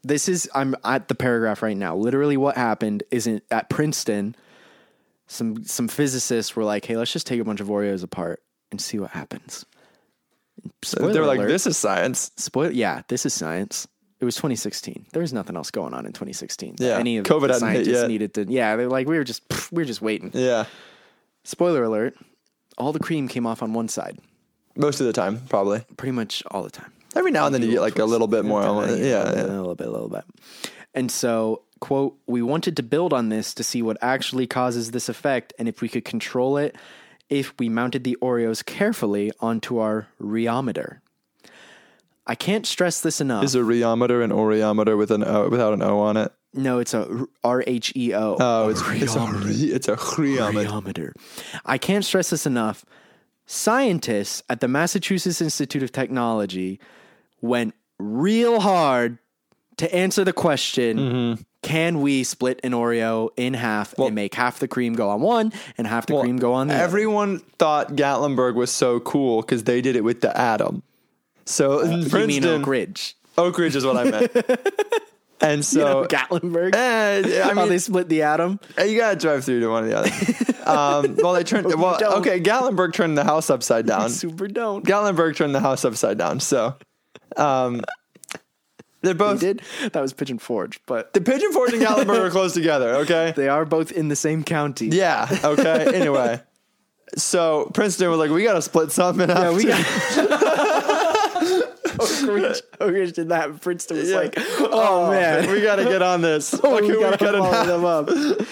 Speaker 3: this is I'm at the paragraph right now. Literally, what happened is in, at Princeton, some some physicists were like, "Hey, let's just take a bunch of Oreos apart and see what happens." Spoiler
Speaker 2: They're like,
Speaker 3: alert.
Speaker 2: this is science.
Speaker 3: Spoil- yeah, this is science. It was 2016. There was nothing else going on in 2016. that
Speaker 2: Yeah,
Speaker 3: any of
Speaker 2: COVID hadn't
Speaker 3: the
Speaker 2: hit
Speaker 3: scientists
Speaker 2: yet.
Speaker 3: needed to. Yeah, they're like, we were just pff, we were just waiting.
Speaker 2: Yeah.
Speaker 3: Spoiler alert: all the cream came off on one side,
Speaker 2: Most of the time, probably.
Speaker 3: pretty much all the time.
Speaker 2: Every now and then you get like a little bit more. Yeah.
Speaker 3: Uh, a
Speaker 2: yeah.
Speaker 3: little bit, a little bit. And so, quote, we wanted to build on this to see what actually causes this effect and if we could control it if we mounted the Oreos carefully onto our rheometer. I can't stress this enough.
Speaker 2: Is a rheometer an oreometer with an o, without an O on it?
Speaker 3: no, it's a R H E O.
Speaker 2: Oh, it's, it's a re, it's a rheometer.
Speaker 3: Rheometer. I can't stress this enough. Scientists at the Massachusetts Institute of Technology went real hard to answer the question
Speaker 2: Mm-hmm.
Speaker 3: can we split an Oreo in half and make half the cream go on one and half the cream go on the other?
Speaker 2: Everyone thought Gatlinburg was so cool because they did it with the atom. So in
Speaker 3: Uh, You mean
Speaker 2: Princeton,
Speaker 3: Oak Ridge?
Speaker 2: Oak Ridge is what I
Speaker 3: *laughs*
Speaker 2: meant. and so,
Speaker 3: Gatlinburg?
Speaker 2: eh, I
Speaker 3: How
Speaker 2: mean,
Speaker 3: they split the atom?
Speaker 2: eh, you gotta drive through to one or the other. um, well, they
Speaker 3: *laughs*
Speaker 2: turned. Well,
Speaker 3: don't.
Speaker 2: okay, Gatlinburg turned the house
Speaker 3: *laughs*
Speaker 2: upside down.
Speaker 3: Super don't.
Speaker 2: Gatlinburg turned the house upside down. So, um, They're both
Speaker 3: did. That was Pigeon Forge, but
Speaker 2: the Pigeon Forge and Gatlinburg are close together.
Speaker 3: *laughs*
Speaker 2: Okay.
Speaker 3: they are both in the same county.
Speaker 2: Yeah. Okay. Anyway, so Princeton was like, we got to split something up.
Speaker 3: Yeah, we got. *laughs* Oak Ridge, Oak Ridge did that. and Princeton was
Speaker 2: Yeah.
Speaker 3: like, "Oh, man,
Speaker 2: *laughs*
Speaker 3: *laughs*
Speaker 2: we got to get on this. Look
Speaker 3: we
Speaker 2: who we
Speaker 3: gotta
Speaker 2: cut in
Speaker 3: follow
Speaker 2: half.
Speaker 3: them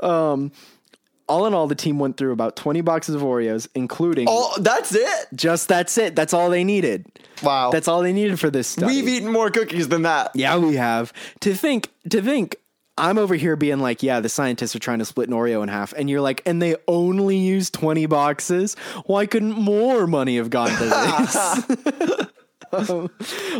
Speaker 3: up." Um, *laughs* all in all, the team went through about twenty boxes of Oreos, including
Speaker 2: *laughs* Oh, that's it.
Speaker 3: just that's it. That's all they needed.
Speaker 2: Wow.
Speaker 3: That's all they needed for this stuff.
Speaker 2: We've eaten more cookies than that.
Speaker 3: Yeah, we have. To think, to think, I'm over here being like, yeah, the scientists are trying to split an Oreo in half, and you're like, and they only use 20 boxes. Why couldn't more money have gone to *laughs* this? Um,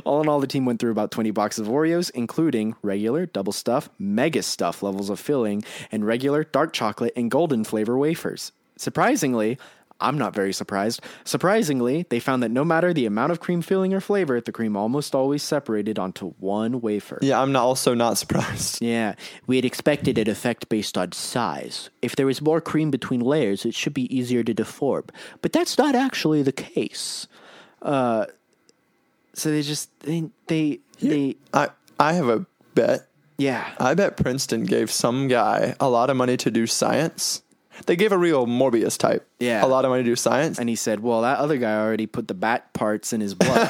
Speaker 3: all in all, the team went through about 20 boxes of Oreos, including regular, double stuff, mega stuff levels of filling, and regular, dark chocolate, and golden flavor wafers. Surprisingly, I'm not very surprised. Surprisingly, they found that no matter the amount of cream filling or flavor, the cream almost always separated onto one wafer.
Speaker 2: Yeah, I'm not, also not surprised. *laughs*
Speaker 3: Yeah, we had expected an effect based on size. If there is more cream between layers, it should be easier to deform. But that's not actually the case. Uh, so they just they they, they
Speaker 2: I I have a bet.
Speaker 3: yeah.
Speaker 2: I bet Princeton gave some guy a lot of money to do science. They gave a real Morbius type.
Speaker 3: Yeah.
Speaker 2: A lot of money to do science.
Speaker 3: and he said, "Well, that other guy already put the bat
Speaker 2: *laughs*
Speaker 3: parts in his blood.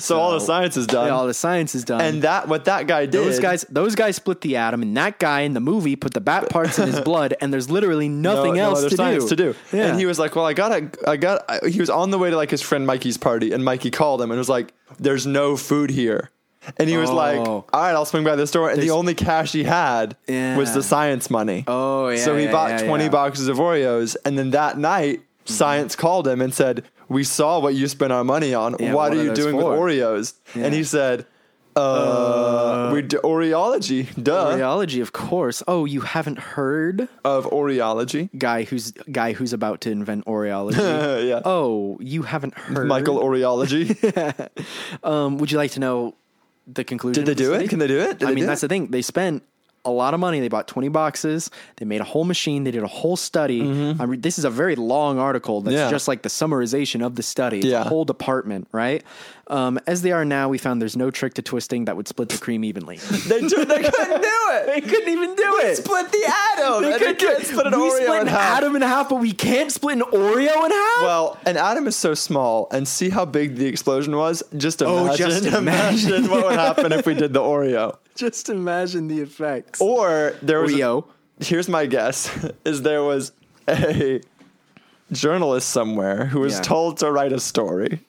Speaker 2: so all the science is done.
Speaker 3: Yeah, all the science is done."
Speaker 2: and that what that guy did
Speaker 3: those guys, those guys split the atom, and that guy in the movie put the bat parts in
Speaker 2: *laughs*
Speaker 3: his blood, and there's literally
Speaker 2: no-
Speaker 3: nothing
Speaker 2: no
Speaker 3: else
Speaker 2: other
Speaker 3: to,
Speaker 2: science
Speaker 3: do.
Speaker 2: to do.
Speaker 3: Yeah.
Speaker 2: And he was like, "Well, I got to I got I, he was on the way to like his friend Mikey's party and Mikey called him and was like, "There's no food here." And he was like,
Speaker 3: Oh.
Speaker 2: "All right, I'll swing by the store." And the only cash he had was
Speaker 3: Yeah.
Speaker 2: the science money.
Speaker 3: Oh, yeah,
Speaker 2: So he
Speaker 3: yeah,
Speaker 2: bought
Speaker 3: yeah,
Speaker 2: 20
Speaker 3: yeah. Mm-hmm.
Speaker 2: boxes of Oreos and then that night science called him and said, "We saw what you spent our money on. what
Speaker 3: what
Speaker 2: are
Speaker 3: are
Speaker 2: you
Speaker 3: those
Speaker 2: doing
Speaker 3: for?"
Speaker 2: with Oreos?" And he said, uh,
Speaker 3: Uh,
Speaker 2: we d- Oreology, duh,
Speaker 3: Oreology, of course. Oh, you haven't heard
Speaker 2: of Oreology. *laughs*
Speaker 3: guy who's guy who's about to invent Oreology.
Speaker 2: yeah.
Speaker 3: oh, you haven't heard
Speaker 2: Michael Oreology.
Speaker 3: *laughs* Um, would you like to know the conclusion?
Speaker 2: Did
Speaker 3: of
Speaker 2: they
Speaker 3: the
Speaker 2: do
Speaker 3: study?
Speaker 2: it? Can they do it? Did
Speaker 3: I
Speaker 2: they
Speaker 3: mean,
Speaker 2: do
Speaker 3: that's
Speaker 2: it?
Speaker 3: the thing. They spent a lot of money. They bought twenty boxes. They made a whole machine. They did a whole study. I mean, this is a very long article. That's
Speaker 2: Mm-hmm. Yeah.
Speaker 3: just like the summarization of the study. It's
Speaker 2: Yeah.
Speaker 3: a whole department, right? Um, as they are now, we found there's no trick to twisting that would split the cream evenly.
Speaker 2: They, do, *laughs* they couldn't do
Speaker 3: they
Speaker 2: it.
Speaker 3: couldn't even do
Speaker 2: They
Speaker 3: it.
Speaker 2: split the atom.
Speaker 3: They
Speaker 2: and
Speaker 3: couldn't
Speaker 2: can't
Speaker 3: do it.
Speaker 2: split an
Speaker 3: we
Speaker 2: Oreo
Speaker 3: split
Speaker 2: in
Speaker 3: an
Speaker 2: half.
Speaker 3: atom in half, but we can't split an Oreo in half.
Speaker 2: Well, an atom is so small, and see how big the explosion was. Oh, Just imagine,
Speaker 3: just
Speaker 2: imagine.
Speaker 3: imagine.
Speaker 2: what would happen if we did the Oreo.
Speaker 3: just imagine the effects.
Speaker 2: Or there was.
Speaker 3: Oreo.
Speaker 2: Here's my guess: *laughs* is there was a journalist somewhere who was
Speaker 3: Yeah.
Speaker 2: told to write a story,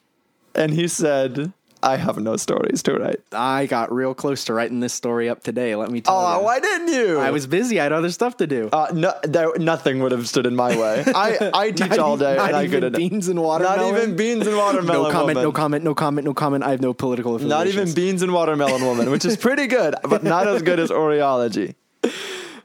Speaker 2: and he said, "I have no stories to write."
Speaker 3: I got real close to writing this story up today. Let me tell
Speaker 2: Oh,
Speaker 3: you.
Speaker 2: why didn't you?
Speaker 3: I was busy. I had other stuff to do.
Speaker 2: Uh, no, there, nothing would have stood in my
Speaker 3: *laughs*
Speaker 2: way. I, I teach all day,
Speaker 3: Not
Speaker 2: and I
Speaker 3: even
Speaker 2: couldn't.
Speaker 3: beans and
Speaker 2: Not
Speaker 3: watermelon.
Speaker 2: even beans and watermelon.
Speaker 3: *laughs* No comment.
Speaker 2: woman.
Speaker 3: No comment. No comment. No comment. I have no political
Speaker 2: Not
Speaker 3: affiliations.
Speaker 2: even beans and watermelon woman, which is pretty
Speaker 3: *laughs*
Speaker 2: good, but not as good as Oreology.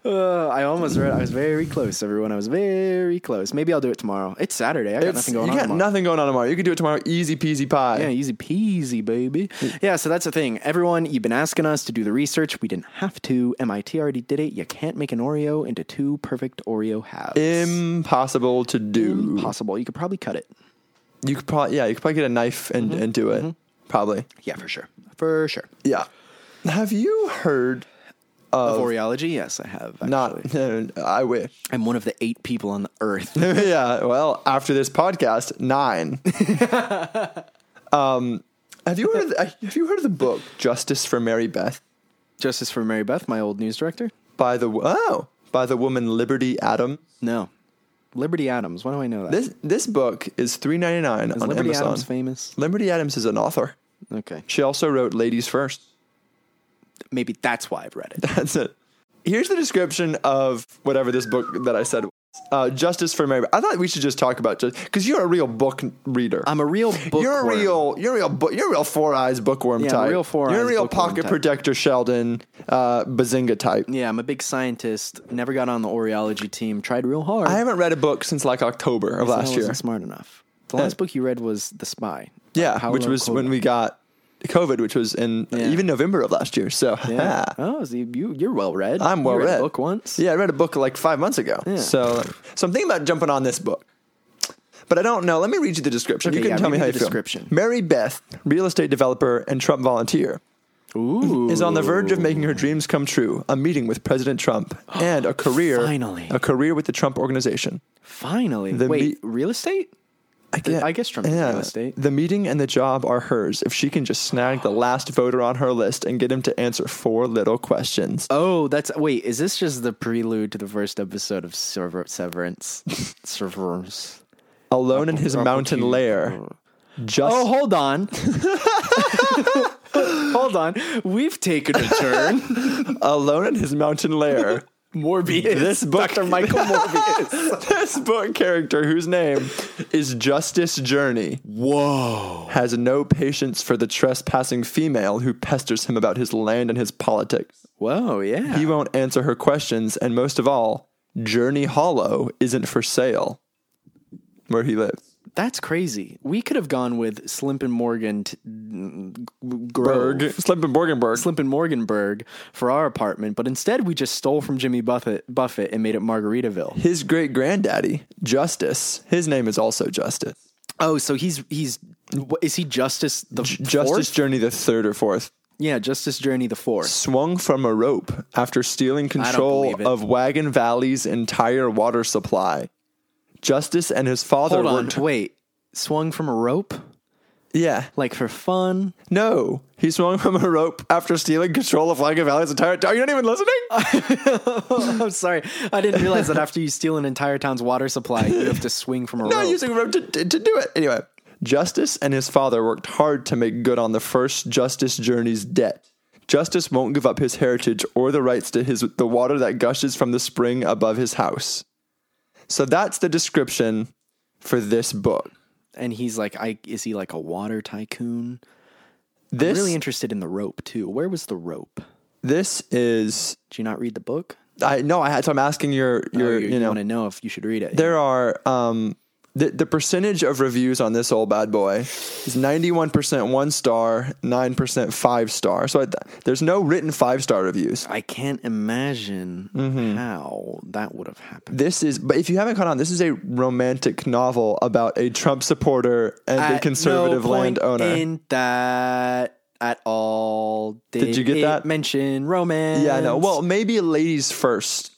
Speaker 3: Uh, I almost read. I was very close, everyone. I was very close. Maybe I'll do it tomorrow. It's Saturday. I got
Speaker 2: It's-
Speaker 3: nothing going
Speaker 2: you
Speaker 3: on.
Speaker 2: got
Speaker 3: tomorrow.
Speaker 2: nothing going on tomorrow. You could do it tomorrow, easy peasy pie.
Speaker 3: Yeah, easy peasy, baby.
Speaker 2: Mm.
Speaker 3: Yeah, so that's the thing. Everyone, you've been asking us to do the research. We didn't have to. MIT already did it. You can't make an Oreo into two perfect Oreo halves.
Speaker 2: Impossible to do.
Speaker 3: Possible. You could probably cut it.
Speaker 2: You could probably, yeah, you could probably get a knife and,
Speaker 3: Mm-hmm.
Speaker 2: and do it. Probably.
Speaker 3: Yeah, for sure. For sure.
Speaker 2: Yeah. Have you heard?
Speaker 3: Of Oreology, yes, I have. Actually.
Speaker 2: Not. *laughs* I wish.
Speaker 3: I'm one of the eight people on the *laughs* earth.
Speaker 2: *laughs* yeah. Well, after this podcast,
Speaker 3: *laughs*
Speaker 2: nine. um, have you heard? Of the, uh, have you heard of the book Justice for Mary Beth
Speaker 3: Justice for Mary Beth, my old news director?
Speaker 2: by the oh by the woman Liberty Adams?
Speaker 3: No. Liberty Adams. Why do I know that?
Speaker 2: This this book is three ninety nine
Speaker 3: Is
Speaker 2: on
Speaker 3: Liberty
Speaker 2: Amazon.
Speaker 3: Adams famous?
Speaker 2: Liberty Adams is an author.
Speaker 3: Okay.
Speaker 2: She also wrote Ladies First. *laughs*
Speaker 3: Maybe that's why I've read it.
Speaker 2: That's it. Here's the description of whatever this book that I said. was. Uh, Justice for Mary. Beth. I thought we should just talk about just because you're a real book reader.
Speaker 3: *laughs* I'm a real book.
Speaker 2: You're a real, you're a real, bo- you're a real four eyes bookworm
Speaker 3: Yeah, I'm a
Speaker 2: type.
Speaker 3: real four
Speaker 2: You're a
Speaker 3: eyes
Speaker 2: real
Speaker 3: bookworm
Speaker 2: pocket
Speaker 3: type.
Speaker 2: protector Sheldon, uh, Bazinga type.
Speaker 3: Yeah, I'm a big scientist. Never got on the Oreology team. Tried real hard.
Speaker 2: I haven't read a book since like October of
Speaker 3: So I
Speaker 2: last
Speaker 3: wasn't
Speaker 2: year.
Speaker 3: smart enough. The last book you read was The Spy. by
Speaker 2: Yeah,
Speaker 3: Paolo
Speaker 2: which was when
Speaker 3: Coelho.
Speaker 2: we got COVID, which was in
Speaker 3: Yeah.
Speaker 2: even November of last year. So
Speaker 3: Yeah. oh, so you you're well
Speaker 2: *laughs*
Speaker 3: read.
Speaker 2: I'm
Speaker 3: You
Speaker 2: well
Speaker 3: read.
Speaker 2: read.
Speaker 3: A book once.
Speaker 2: Yeah, I read a book like five months ago. So, so I'm thinking about jumping on this book. But I don't know. Let me read you the description.
Speaker 3: Okay,
Speaker 2: you can
Speaker 3: yeah,
Speaker 2: tell
Speaker 3: read
Speaker 2: me
Speaker 3: me
Speaker 2: how
Speaker 3: the
Speaker 2: you feel.
Speaker 3: description.
Speaker 2: Mary Beth, real estate developer and Trump volunteer,
Speaker 3: Ooh.
Speaker 2: is on the verge of making her dreams come true a meeting with President
Speaker 3: *gasps*
Speaker 2: Trump and a career
Speaker 3: Finally.
Speaker 2: a career with the Trump organization.
Speaker 3: Finally.
Speaker 2: The
Speaker 3: Wait, real estate?
Speaker 2: I, get-
Speaker 3: I guess Trump is real estate.
Speaker 2: The meeting and the job are hers if she can just snag the last voter on her list and get him to answer four little questions.
Speaker 3: Oh, that's wait. Is this just the prelude to the first episode of Sever- *laughs* Severance? Severance.
Speaker 2: Alone in his mountain lair. Just
Speaker 3: Oh, hold on. *laughs* hold on. We've taken a turn.
Speaker 2: alone in his mountain lair.
Speaker 3: *laughs* Morbius.
Speaker 2: This book-
Speaker 3: Dr. Michael Morbius.
Speaker 2: this book character, whose name is Justice Journey,
Speaker 3: Whoa.
Speaker 2: has no patience for the trespassing female who pesters him about his land and his politics.
Speaker 3: *laughs* Whoa. Yeah.
Speaker 2: He won't answer her questions, and most of all, Journey Hollow isn't for sale where he lives.
Speaker 3: that's crazy. We could have gone with Slimp and Morgan. T- mm, g- Grove.
Speaker 2: Berg, Slimpin Borgenberg.
Speaker 3: Slimp and Morgenberg for our apartment, but instead we just stole from Jimmy Buffett, Buffett and made it Margaritaville.
Speaker 2: his great granddaddy, Justice, his name is also Justice.
Speaker 3: Oh, so he's he's what, is he Justice the
Speaker 2: Justice
Speaker 3: fourth?
Speaker 2: Journey the third or fourth
Speaker 3: Yeah, Justice Journey the fourth.
Speaker 2: swung from a rope after stealing
Speaker 3: believe
Speaker 2: control
Speaker 3: it.
Speaker 2: of Wagon Valley's entire water supply. Justice and his father
Speaker 3: Hold
Speaker 2: were
Speaker 3: on,
Speaker 2: t-
Speaker 3: wait. Swung from a rope,
Speaker 2: yeah.
Speaker 3: like for fun. *laughs*
Speaker 2: No, he swung from a rope after stealing control of Wagon Valley's entire. Are you not even listening?
Speaker 3: Oh. I'm sorry, I didn't realize that after you steal an entire town's water supply, you have to swing from a
Speaker 2: not
Speaker 3: rope.
Speaker 2: using rope to, to, to do it. Anyway, Justice and his father worked hard to make good on the first Justice Journey's debt. Justice won't give up his heritage or the rights to his the water that gushes from the spring above his house. So that's the description for this book.
Speaker 3: and he's like, I is he like a water tycoon?
Speaker 2: This
Speaker 3: really interested in the rope too. Where was the rope?
Speaker 2: this is
Speaker 3: Did you not read the book?
Speaker 2: I no I had so I'm asking your
Speaker 3: Or
Speaker 2: your
Speaker 3: you,
Speaker 2: you know
Speaker 3: want to know if you should read it.
Speaker 2: there are um the, the percentage of reviews on this old bad boy is 91% one star 9% five star so I, there's no written five star reviews
Speaker 3: I can't imagine
Speaker 2: Mm-hmm.
Speaker 3: how that would have happened.
Speaker 2: this is but if you haven't caught on this is a romantic novel about a trump supporter and a
Speaker 3: At
Speaker 2: conservative
Speaker 3: no point
Speaker 2: landowner
Speaker 3: In that at all. Did,
Speaker 2: you get
Speaker 3: it
Speaker 2: that?
Speaker 3: Mention romance.
Speaker 2: yeah no well maybe ladies first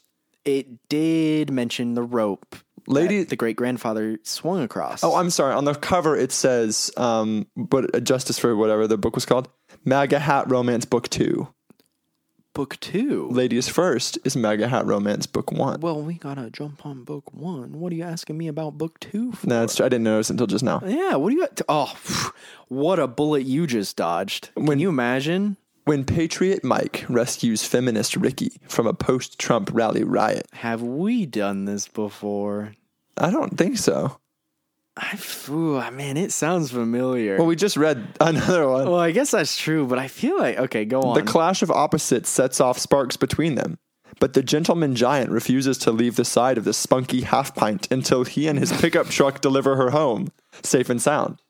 Speaker 3: it did mention the rope. that
Speaker 2: Lady-
Speaker 3: the great grandfather swung across.
Speaker 2: oh i'm sorry on the cover it says um but uh, justice for whatever the book was called maga hat romance book two
Speaker 3: book two.
Speaker 2: ladies first is maga hat romance book one
Speaker 3: well, we gotta jump on book one. What are you asking me about book two? For?
Speaker 2: no, that's true. I didn't notice until just now.
Speaker 3: Yeah, what do you? Oh, *sighs* what a bullet you just dodged! Can you imagine?
Speaker 2: When Patriot Mike rescues feminist Ricky from a post Trump rally riot.
Speaker 3: Have we done this before?
Speaker 2: I don't think so.
Speaker 3: I ooh, man, it sounds familiar.
Speaker 2: Well,
Speaker 3: Well,
Speaker 2: we just read another one.
Speaker 3: I guess that's true, but I feel like okay, go on.
Speaker 2: the clash of opposites sets off sparks between them, but the gentleman giant refuses to leave the side of the spunky half pint until he and his
Speaker 3: *laughs*
Speaker 2: pickup truck deliver her home, safe and sound.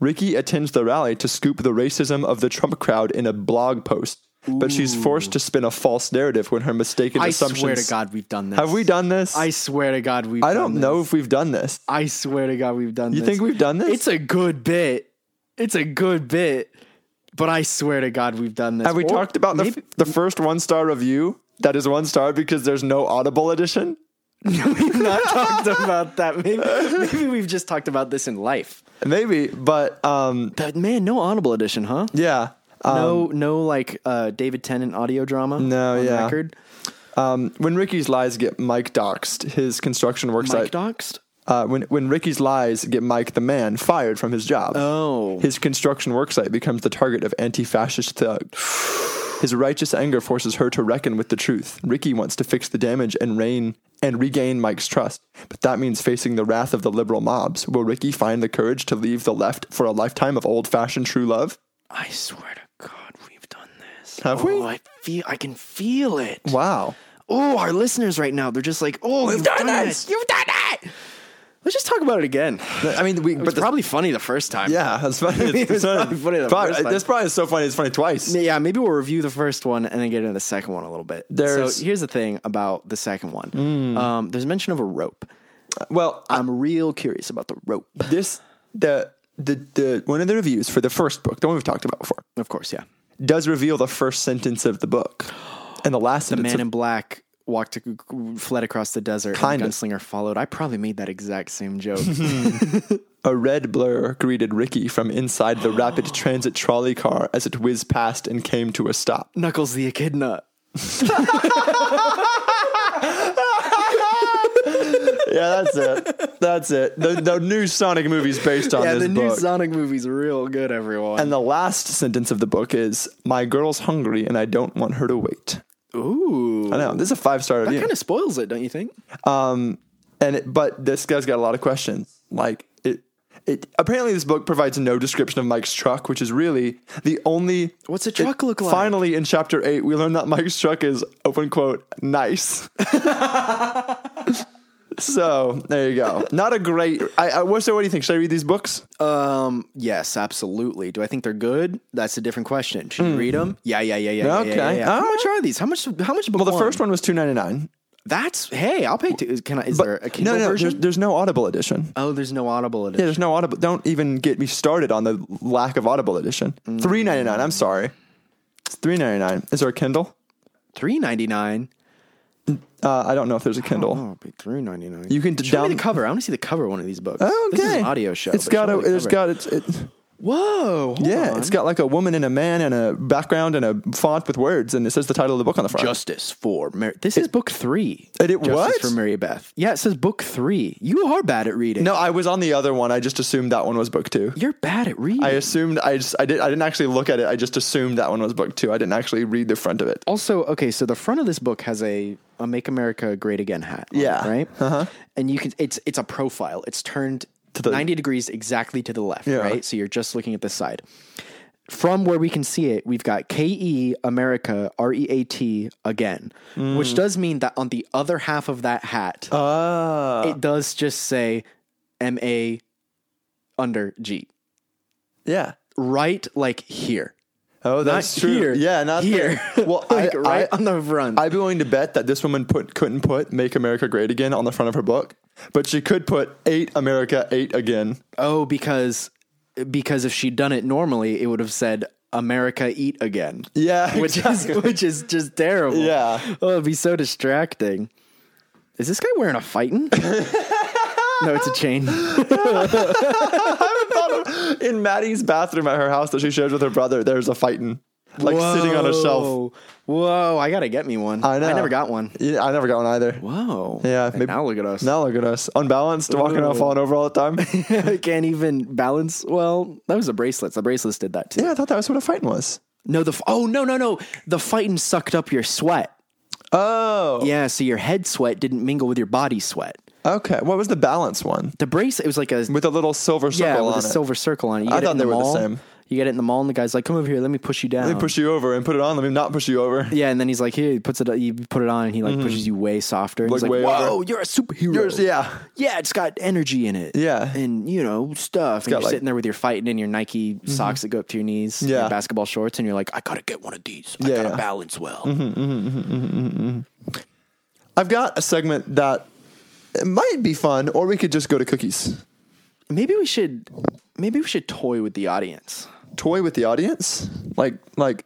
Speaker 2: Ricky attends the rally to scoop the racism of the Trump crowd in a blog post, but she's forced to spin a false narrative when her mistaken
Speaker 3: I
Speaker 2: assumptions.
Speaker 3: swear to God, we've done this.
Speaker 2: Have we done this?
Speaker 3: I swear to God, we've.
Speaker 2: I don't
Speaker 3: done
Speaker 2: know
Speaker 3: this.
Speaker 2: if we've done this.
Speaker 3: I swear to God, we've done.
Speaker 2: You think we've done this?
Speaker 3: It's a good bit. It's a good bit, but I swear to God, we've done this.
Speaker 2: Have we
Speaker 3: Or
Speaker 2: talked about the,
Speaker 3: maybe-
Speaker 2: the first one star review that is one star because there's no Audible edition?
Speaker 3: we've not talked about that. Maybe, maybe we've just talked about this in life.
Speaker 2: Maybe, but um,
Speaker 3: But man, no Audible edition, huh?
Speaker 2: yeah. Um,
Speaker 3: no, no, like uh, David Tennant audio drama.
Speaker 2: No,
Speaker 3: on
Speaker 2: yeah.
Speaker 3: Record.
Speaker 2: when Ricky's lies get Mike doxed, his construction work site.
Speaker 3: Mike doxed.
Speaker 2: uh, when when Ricky's lies get Mike the man fired from his job.
Speaker 3: Oh.
Speaker 2: His construction work site becomes the target of anti-fascist thug. His righteous anger forces her to reckon with the truth. Ricky wants to fix the damage and reign and regain Mike's trust, but that means facing the wrath of the liberal mobs. Will Ricky find the courage to leave the left for a lifetime of old-fashioned true love?
Speaker 3: I swear to God, we've done this.
Speaker 2: Have
Speaker 3: oh,
Speaker 2: we?
Speaker 3: I feel. I can feel it.
Speaker 2: Wow.
Speaker 3: Oh, our listeners right now, they're just like, oh, we've
Speaker 2: done this!
Speaker 3: You've done it. Let's just talk about it again.
Speaker 2: I mean, we,
Speaker 3: But
Speaker 2: but
Speaker 3: it's probably funny the first time.
Speaker 2: yeah, that's *laughs* funny. It's,
Speaker 3: was
Speaker 2: funny.
Speaker 3: probably funny the
Speaker 2: Probably-
Speaker 3: first time.
Speaker 2: this probably is so funny. It's funny twice.
Speaker 3: Yeah, maybe we'll review the first one and then get into the second one a little bit.
Speaker 2: There's- Hmm.
Speaker 3: so here's the thing about the second one. Um, there's mention of a rope.
Speaker 2: Well,
Speaker 3: I'm real curious about the rope.
Speaker 2: this the the the one of the reviews for the first book, the one we've talked about before.
Speaker 3: Of course, yeah.
Speaker 2: does reveal the first sentence of the book and the last
Speaker 3: The
Speaker 2: sentence.
Speaker 3: man
Speaker 2: of-
Speaker 3: in black walked, uh, fled across the desert.
Speaker 2: Kinda.
Speaker 3: and Gunslinger followed. I probably made that exact
Speaker 2: *laughs*
Speaker 3: same joke.
Speaker 2: a red blur greeted Ricky from inside the rapid transit trolley car as it whizzed past and came to a stop.
Speaker 3: Knuckles the Echidna.
Speaker 2: Yeah, that's it. That's it. The, the new Sonic movie is based on
Speaker 3: Yeah,
Speaker 2: this
Speaker 3: the new
Speaker 2: book.
Speaker 3: Sonic movie's real good, everyone.
Speaker 2: and the last sentence of the book is, "My girl's hungry and I don't want her to wait."
Speaker 3: Ooh.
Speaker 2: I know this is a five star review.
Speaker 3: Kind of spoils it, don't you think?
Speaker 2: and it, but this guy's got a lot of questions. Like it, it apparently this book provides no description of Mike's truck, which is really the only.
Speaker 3: What's a truck look like?
Speaker 2: Finally, in chapter eight, we learn that Mike's truck is open quote
Speaker 3: *laughs*
Speaker 2: nice. so there you go. Not a great. I, I what's What do you think? Should I read these books?
Speaker 3: Um, yes, absolutely. Do I think they're good? That's a different question. Should you read them? Yeah, yeah, yeah, yeah, yeah.
Speaker 2: Hmm. Okay.
Speaker 3: yeah, yeah. How
Speaker 2: All
Speaker 3: much are these? How much? How much?
Speaker 2: Well, the first one was two ninety nine.
Speaker 3: That's hey, I'll pay. Two. Is- Can I? Is there a Kindle
Speaker 2: No, no,
Speaker 3: version?
Speaker 2: there's, there's no Audible edition.
Speaker 3: oh, there's no Audible
Speaker 2: Yeah,
Speaker 3: edition.
Speaker 2: there's no Audible. Don't even get me started on the lack of Audible edition.
Speaker 3: Mm.
Speaker 2: Three ninety nine. I'm sorry. It's three ninety nine. Is there a Kindle?
Speaker 3: Three ninety nine.
Speaker 2: Uh, I don't know if there's a Kindle.
Speaker 3: Oh, it'll be three ninety nine.
Speaker 2: You can
Speaker 3: show me
Speaker 2: down-
Speaker 3: the cover. I want to see the cover of one of these books.
Speaker 2: Oh,
Speaker 3: This is
Speaker 2: okay.
Speaker 3: an audio show.
Speaker 2: It's
Speaker 3: but
Speaker 2: got
Speaker 3: show
Speaker 2: a.
Speaker 3: me the
Speaker 2: It's
Speaker 3: cover.
Speaker 2: got it's. It,
Speaker 3: Whoa. hold
Speaker 2: yeah,
Speaker 3: on.
Speaker 2: it's got like a woman and a man and a background and a font with words, and it says the title of the book on the front.
Speaker 3: Justice for Mary. This is book three.
Speaker 2: It- it-
Speaker 3: Justice
Speaker 2: what?
Speaker 3: for Mary Beth. Yeah, it says book three. You are bad at reading.
Speaker 2: no, I was on the other one. I just assumed that one was book two.
Speaker 3: you're bad at reading.
Speaker 2: I assumed I just I did I didn't actually look at it. I just assumed that one was book two. I didn't actually read the front of it.
Speaker 3: also okay so the front of this book has a, a make america great again hat on it,
Speaker 2: Yeah.
Speaker 3: right uh-huh. and you can it's it's a profile it's turned
Speaker 2: the-
Speaker 3: 90 degrees exactly to the left right so you're just looking at this side from where we can see it we've got ke america r-e-a-t again
Speaker 2: Mm.
Speaker 3: which does mean that on the other half of that hat
Speaker 2: Ah,
Speaker 3: it does just say m-a under g
Speaker 2: yeah.
Speaker 3: right like here
Speaker 2: Oh,
Speaker 3: not
Speaker 2: that's true.
Speaker 3: here
Speaker 2: Yeah, not
Speaker 3: here
Speaker 2: There. Well,
Speaker 3: *laughs* like
Speaker 2: I,
Speaker 3: right
Speaker 2: I,
Speaker 3: on the front
Speaker 2: I'd be willing to bet that this woman put couldn't put "Make America Great Again" on the front of her book, but she could put "Eight America Eight Again."
Speaker 3: Oh, because because if she'd done it normally, it would have said America eat again.
Speaker 2: Yeah,
Speaker 3: *laughs*
Speaker 2: *laughs*
Speaker 3: Which is which is just terrible.
Speaker 2: Yeah.
Speaker 3: Oh, it'd be so distracting. Is this guy wearing
Speaker 2: *laughs*
Speaker 3: a fighting? no, it's a chain.
Speaker 2: in Maddie's bathroom at her house that she shares with her brother. There's a fighting, like sitting on a shelf.
Speaker 3: Whoa. Whoa, I gotta get me one.
Speaker 2: I know.
Speaker 3: never got one.
Speaker 2: Yeah, I never got one either.
Speaker 3: Whoa.
Speaker 2: Yeah,
Speaker 3: And
Speaker 2: maybe-
Speaker 3: now look at us.
Speaker 2: Now look at us, unbalanced, walking around,
Speaker 3: Ooh.
Speaker 2: falling over all the time. yeah,
Speaker 3: *laughs* I can't even balance. Well, that was the bracelets. The bracelets did that too.
Speaker 2: I thought that was what a fighting was.
Speaker 3: No, the f- oh no no no the fighting sucked up your sweat.
Speaker 2: Oh,
Speaker 3: Yeah, so your head sweat didn't mingle with your body sweat.
Speaker 2: okay. What was the balance one
Speaker 3: The bracelet it was like a
Speaker 2: with a little silver circle
Speaker 3: yeah,
Speaker 2: on
Speaker 3: with a
Speaker 2: it?
Speaker 3: silver circle on it. You
Speaker 2: I
Speaker 3: get it
Speaker 2: thought
Speaker 3: in
Speaker 2: they
Speaker 3: the
Speaker 2: were the
Speaker 3: mall.
Speaker 2: same.
Speaker 3: You get it in the mall, and the guy's like, "Come over here, let me push you down."
Speaker 2: Let me push you over and put it on. Let me not push you over.
Speaker 3: yeah, and then he's like, "Here," he puts it, you put it on, and he like pushes you way softer. And
Speaker 2: Mm-hmm. Like,
Speaker 3: he's like,
Speaker 2: way
Speaker 3: "Whoa,
Speaker 2: over.
Speaker 3: you're a superhero."
Speaker 2: yeah.
Speaker 3: yeah, it's got energy in it.
Speaker 2: Yeah.
Speaker 3: and you know stuff. and
Speaker 2: got,
Speaker 3: you're
Speaker 2: like- Mm-hmm.
Speaker 3: sitting there with your fighting in your Nike socks that go up to your knees,
Speaker 2: Yeah.
Speaker 3: your basketball shorts, and you're like, "I gotta get one of these.
Speaker 2: Yeah,
Speaker 3: I gotta
Speaker 2: yeah. Mm-hmm.
Speaker 3: balance well."
Speaker 2: I've got a segment that it might be fun, or we could just go to cookies.
Speaker 3: Maybe we should, maybe we should toy with the audience.
Speaker 2: Toy with the audience, like like,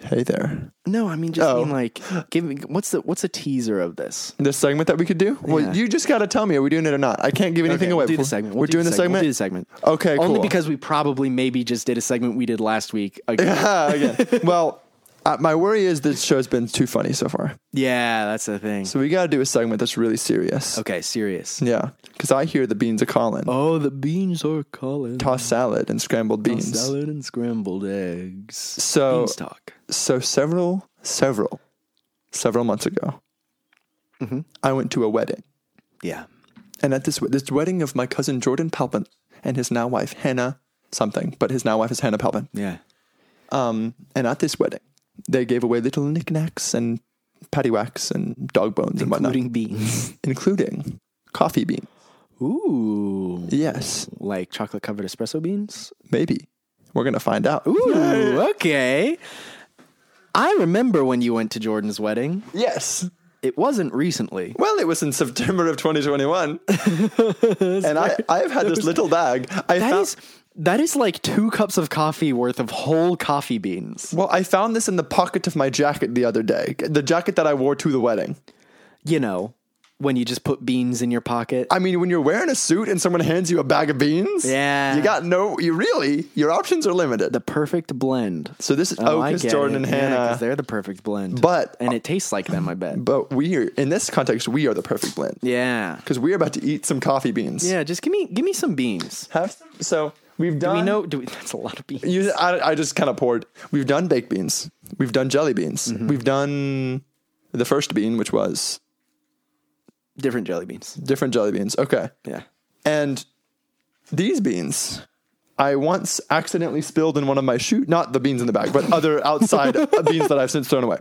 Speaker 2: hey there.
Speaker 3: No, I mean just
Speaker 2: Oh.
Speaker 3: mean like, give me what's the what's a teaser of this?
Speaker 2: This segment that we could do. Well,
Speaker 3: Yeah.
Speaker 2: you just got to tell me. Are we doing it or not? I can't give anything
Speaker 3: Okay,
Speaker 2: away.
Speaker 3: We'll do the
Speaker 2: before-
Speaker 3: segment.
Speaker 2: We're doing the segment.
Speaker 3: We'll do the segment.
Speaker 2: Okay,
Speaker 3: Only
Speaker 2: cool.
Speaker 3: because we probably maybe just did a segment we did last *laughs* week. Again.
Speaker 2: Ah, *laughs* again. well, uh, my worry is this show's been too funny so far.
Speaker 3: yeah, that's the thing.
Speaker 2: So we got to do a segment that's really serious.
Speaker 3: okay, serious.
Speaker 2: Yeah, because I hear the beans are calling.
Speaker 3: Oh, the beans are calling.
Speaker 2: Toss salad and scrambled beans.
Speaker 3: Salad and scrambled eggs.
Speaker 2: So-
Speaker 3: beans talk.
Speaker 2: So several, several, several months ago,
Speaker 3: Mm-hmm.
Speaker 2: I went to a wedding,
Speaker 3: Yeah.
Speaker 2: and at this this wedding of my cousin Jordan Palpin and his now wife Hannah something, but his now wife is Hannah Palpin.
Speaker 3: Yeah.
Speaker 2: Um, and at this wedding, they gave away little knickknacks and paddywhacks and dog bones and whatnot,
Speaker 3: Including beans.
Speaker 2: including coffee bean.
Speaker 3: *laughs* Ooh.
Speaker 2: Yes,
Speaker 3: Like chocolate covered espresso beans?
Speaker 2: maybe we're gonna find out.
Speaker 3: Ooh, okay. I remember when you went to Jordan's wedding.
Speaker 2: Yes.
Speaker 3: It wasn't recently.
Speaker 2: Well, it was in
Speaker 3: *laughs*
Speaker 2: September of 2021, and I, I've had this little bag. I
Speaker 3: That
Speaker 2: found,
Speaker 3: is That is like two cups of coffee worth of whole coffee beans.
Speaker 2: Well, I found this in the pocket of my jacket the other day, the jacket that I wore to the wedding.
Speaker 3: You know, when you just put beans in your pocket.
Speaker 2: I mean, when you're wearing a suit and someone hands you a bag of beans,
Speaker 3: Yeah.
Speaker 2: you got no. You really, your options are limited.
Speaker 3: the perfect blend.
Speaker 2: so this is
Speaker 3: Oh,
Speaker 2: oh,
Speaker 3: I
Speaker 2: 'cause
Speaker 3: get
Speaker 2: Jordan
Speaker 3: it.
Speaker 2: and
Speaker 3: Yeah, 'cause
Speaker 2: Hannah.
Speaker 3: they're the perfect blend.
Speaker 2: But-
Speaker 3: and it tastes like them, I bet.
Speaker 2: But we are in this context, we are the perfect blend
Speaker 3: Yeah,
Speaker 2: because we're about to eat some coffee beans.
Speaker 3: yeah. Just give me give me some beans.
Speaker 2: Have some, so we've
Speaker 3: Do
Speaker 2: done.
Speaker 3: we know? Do we, *laughs* that's a lot of beans.
Speaker 2: You, I, I just kind of poured. We've done baked beans. We've done jelly beans.
Speaker 3: Mm-hmm.
Speaker 2: We've done the first bean, which was
Speaker 3: Different jelly beans.
Speaker 2: different jelly beans. Okay.
Speaker 3: Yeah.
Speaker 2: And these beans, I once accidentally spilled in one of my shoe, not the beans in the bag, but other
Speaker 3: *laughs*
Speaker 2: outside beans that I've since thrown away.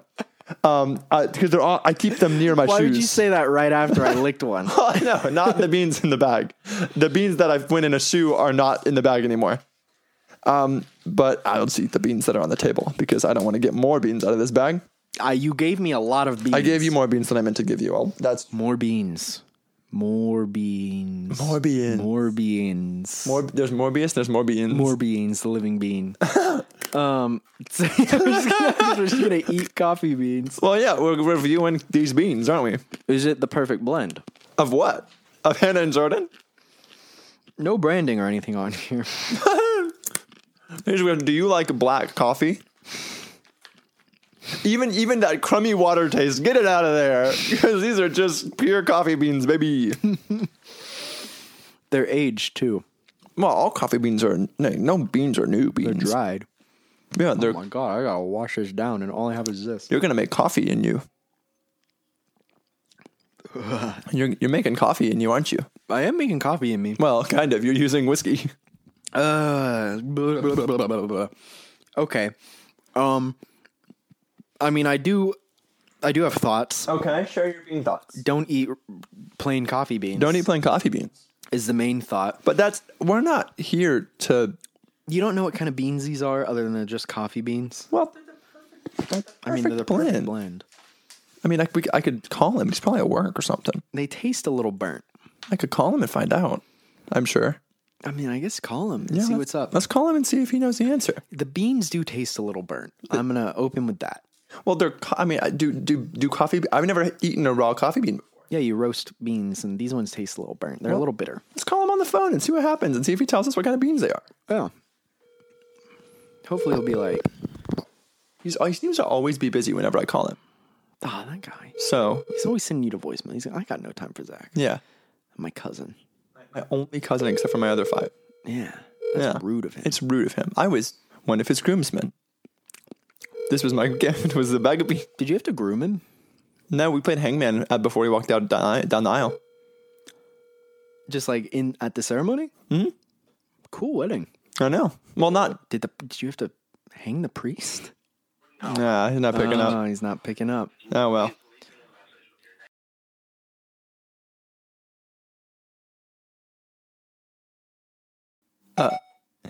Speaker 2: Um, because they're all, I keep them near my
Speaker 3: Why
Speaker 2: shoes.
Speaker 3: would you
Speaker 2: *laughs*
Speaker 3: say that right after I *laughs* licked one?
Speaker 2: no, not the beans in the bag. The beans that I've went in a shoe are not in the bag anymore. Um, but I'll just eat the beans that are on the table because I don't want to get more beans out of this bag.
Speaker 3: I, you gave me a lot of beans.
Speaker 2: I gave you more beans than I meant to give you. Well, that's
Speaker 3: more beans. More beans.
Speaker 2: more beans. More,
Speaker 3: More beans.
Speaker 2: there's more beans. There's more beans.
Speaker 3: More beans, the living *laughs* bean. um, *laughs* so we're, just gonna, we're just gonna eat coffee beans.
Speaker 2: Well, yeah, we're reviewing these beans, aren't we?
Speaker 3: Is it the perfect blend?
Speaker 2: Of what? Of Hannah and Jordan?
Speaker 3: No branding or anything on here. *laughs*
Speaker 2: Here's one. Do you like black coffee? Even even that crummy water taste, get it out of there. *laughs* Because these are just pure coffee beans, baby. *laughs*
Speaker 3: They're aged too.
Speaker 2: well, all coffee beans are no, no beans are new beans.
Speaker 3: They're dried.
Speaker 2: Yeah, they're
Speaker 3: Oh my god, I gotta wash this down, and all I have is this.
Speaker 2: you're gonna make coffee in you. You're you're making coffee in you, aren't you?
Speaker 3: I am making coffee in me.
Speaker 2: Well, kind of. You're using whiskey.
Speaker 3: Uh, blah, blah, blah, blah, blah, blah. okay. Um, I mean, I do, I do have thoughts.
Speaker 2: Okay, share your bean thoughts.
Speaker 3: Don't eat plain coffee beans.
Speaker 2: Don't eat plain coffee beans.
Speaker 3: is the main thought.
Speaker 2: But that's we're not here to
Speaker 3: You don't know what kind of beans these are, other than they're just coffee beans.
Speaker 2: well. I
Speaker 3: I mean, they're the perfect blend.
Speaker 2: I mean, I, we, I could call him. He's probably at work or something.
Speaker 3: They taste a little burnt.
Speaker 2: I could call him and find out. I'm sure.
Speaker 3: I mean, I guess call them and see
Speaker 2: let's-
Speaker 3: what's up.
Speaker 2: Let's call him and see if he knows the answer.
Speaker 3: The beans do taste a little burnt. I'm gonna open with that.
Speaker 2: Well, they're. co- I mean, I do do do coffee. be- I've never eaten a raw coffee bean. before.
Speaker 3: Yeah, you roast beans, and these ones taste a little burnt. They're a little bitter.
Speaker 2: Let's call him on the phone and see what happens and see if he tells us what kind of beans they are.
Speaker 3: Yeah. Oh. Hopefully, he'll be like,
Speaker 2: He's, uh, he seems to always be busy whenever I call him.
Speaker 3: "Ah, that guy.
Speaker 2: So
Speaker 3: He's always sending you to voicemail. He's like, I got no time for Zach.
Speaker 2: yeah,
Speaker 3: My cousin.
Speaker 2: my only cousin except for my other five.
Speaker 3: Yeah, that's
Speaker 2: Yeah.
Speaker 3: rude of him.
Speaker 2: It's rude of him. I was one of his groomsmen. This was my *laughs* gift. Was the bag of beans.
Speaker 3: Did you have to groom him?
Speaker 2: No, we played hangman uh, before he walked out down down the aisle.
Speaker 3: Just like in at the ceremony? Hmm. Cool wedding.
Speaker 2: I know. Well, not.
Speaker 3: Did the did you have to hang the priest?
Speaker 2: Nah, he's not picking up.
Speaker 3: Oh, he's not picking up.
Speaker 2: Oh well. Uh,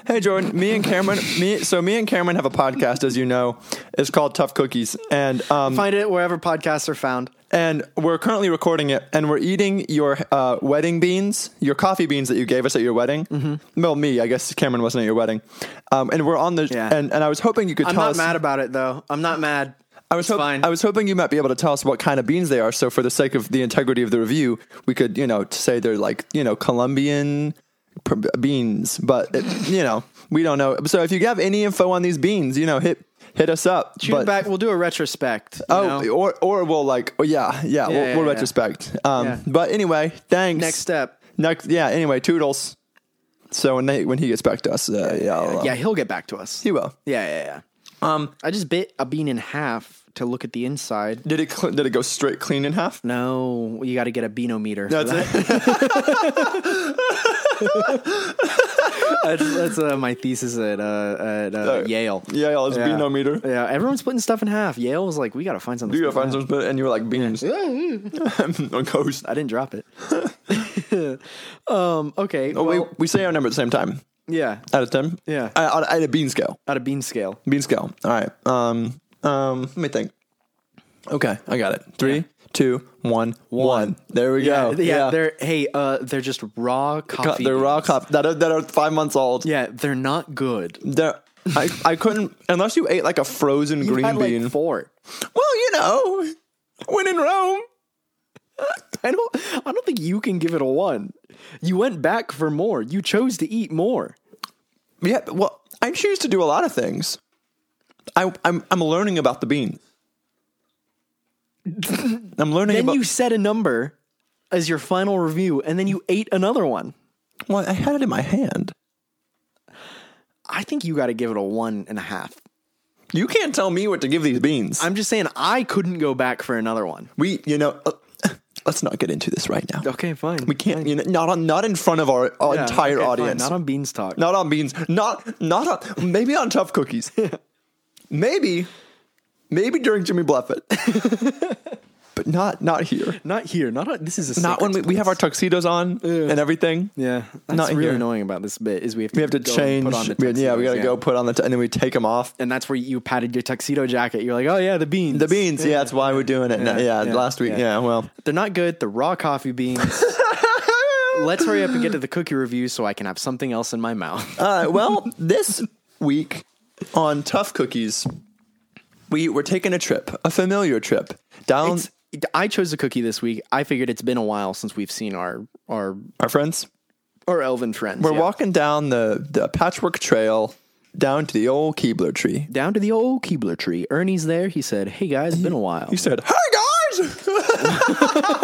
Speaker 2: hey Jordan, me and Cameron, me so me and Cameron have a podcast, as you know. It's called Tough Cookies, and um,
Speaker 3: Find it wherever podcasts are found.
Speaker 2: and we're currently recording it, and we're eating your uh, wedding beans, your coffee beans that you gave us at your wedding. Mm-hmm. Well, me, I guess Cameron wasn't at your wedding, um, and we're on the
Speaker 3: Yeah.
Speaker 2: and and I was hoping you could
Speaker 3: I'm
Speaker 2: tell
Speaker 3: not
Speaker 2: us.
Speaker 3: mad about it though. I'm not mad.
Speaker 2: I was,
Speaker 3: It's
Speaker 2: hop-
Speaker 3: fine.
Speaker 2: I was hoping you might be able to tell us what kind of beans they are. So, for the sake of the integrity of the review, we could, you know, t- say they're like, you know, Colombian pr- beans, but, it, you know, we don't know. So, if you have any info on these beans, you know, hit hit us up.
Speaker 3: Shoot it back. We'll do a retrospect. you
Speaker 2: Oh,
Speaker 3: know?
Speaker 2: or, or we'll like, oh, yeah, yeah, we'll,
Speaker 3: yeah,
Speaker 2: we'll
Speaker 3: yeah.
Speaker 2: retrospect. Um,
Speaker 3: Yeah.
Speaker 2: But anyway, thanks.
Speaker 3: next step.
Speaker 2: Next, yeah, anyway, Toodles. So, when, they, when he gets back to us, uh, yeah, I'll, uh,
Speaker 3: Yeah, he'll get back to us.
Speaker 2: he will.
Speaker 3: Yeah, yeah, yeah.
Speaker 2: Um,
Speaker 3: I just bit a bean in half to look at the inside.
Speaker 2: did it cl- did it go straight clean in half?
Speaker 3: No, you got to get a beanometer.
Speaker 2: That's it.
Speaker 3: *laughs* that's, that's uh, my thesis at, uh, at uh, Yale.
Speaker 2: Yeah, yeah, it's bean meter.
Speaker 3: Yeah, everyone's splitting stuff in half. Yale was like, we got to find something.
Speaker 2: You
Speaker 3: to
Speaker 2: gotta find
Speaker 3: split in
Speaker 2: some spit, and you were like beans *laughs* on coast.
Speaker 3: half. I didn't drop it. *laughs* um, okay.
Speaker 2: But
Speaker 3: well,
Speaker 2: we we say our number at the same time.
Speaker 3: yeah.
Speaker 2: Out of ten.
Speaker 3: Yeah.
Speaker 2: I, I, I had a bean scale.
Speaker 3: Out of bean scale.
Speaker 2: Bean scale. All right. Um. Um. Let me think. Okay, I got it. Three, two, one. two, one, one. There we
Speaker 3: Yeah,
Speaker 2: go.
Speaker 3: yeah, They're hey, uh, they're just raw
Speaker 2: Co-
Speaker 3: coffee.
Speaker 2: they're raw
Speaker 3: beans.
Speaker 2: cop that are, that are five months old.
Speaker 3: Yeah, they're not good.
Speaker 2: They're- I, I couldn't unless you ate like a frozen green
Speaker 3: I had, like,
Speaker 2: bean.
Speaker 3: four.
Speaker 2: well, you know, when in Rome.
Speaker 3: I don't. I don't think you can give it a one. You went back for more. You chose to eat more.
Speaker 2: Yeah, but, well, I choose to do a lot of things. I, I'm I'm learning about the
Speaker 3: *laughs*
Speaker 2: bean. I'm learning
Speaker 3: Then
Speaker 2: about
Speaker 3: you set a number as your final review, and then you ate another one.
Speaker 2: well, I had it in my hand.
Speaker 3: I think you got to give it a one and a half.
Speaker 2: You can't tell me what to give these beans.
Speaker 3: I'm just saying I couldn't go back for another one.
Speaker 2: we, you know, uh, let's not get into this right now.
Speaker 3: Okay, fine.
Speaker 2: We can't, you know, not on, not in front of our, our entire audience.
Speaker 3: Not on Beanstalk.
Speaker 2: not on beans. Not not on, maybe on tough cookies. *laughs* maybe, maybe during Jimmy Buffett. *laughs* but not not here.
Speaker 3: not here. Not on, this is a
Speaker 2: Not when we,
Speaker 3: secret
Speaker 2: we have our
Speaker 3: place.
Speaker 2: tuxedos on and everything.
Speaker 3: yeah. That's
Speaker 2: not
Speaker 3: really
Speaker 2: here.
Speaker 3: annoying about this bit is we have to
Speaker 2: We have to
Speaker 3: go and
Speaker 2: change.
Speaker 3: Put on the
Speaker 2: we- yeah, we
Speaker 3: tuxedos,
Speaker 2: got to go put on the t- and then we take them off.
Speaker 3: And that's where you patted your tuxedo jacket. You're like, oh yeah, the beans.
Speaker 2: The beans. Yeah, that's why we're doing it. now.
Speaker 3: yeah,
Speaker 2: Yeah,
Speaker 3: yeah,
Speaker 2: last week.
Speaker 3: yeah.
Speaker 2: Yeah, well.
Speaker 3: They're not good. They're raw
Speaker 2: *laughs*
Speaker 3: coffee beans. Let's hurry up and get to the cookie review so I can have something else in my mouth.
Speaker 2: Uh, well, this week on Tough Cookies, we were taking a trip, a familiar trip down.
Speaker 3: *laughs* It's- I chose a cookie this week. I figured it's been a while since we've seen our our
Speaker 2: our friends.
Speaker 3: our elven friends.
Speaker 2: We're
Speaker 3: yeah.
Speaker 2: walking down the, the patchwork trail down to the old Keebler tree.
Speaker 3: down to the old Keebler tree. Ernie's there. He said, "Hey guys, been a while."
Speaker 2: He said, "Hey guys!"
Speaker 3: *laughs* we,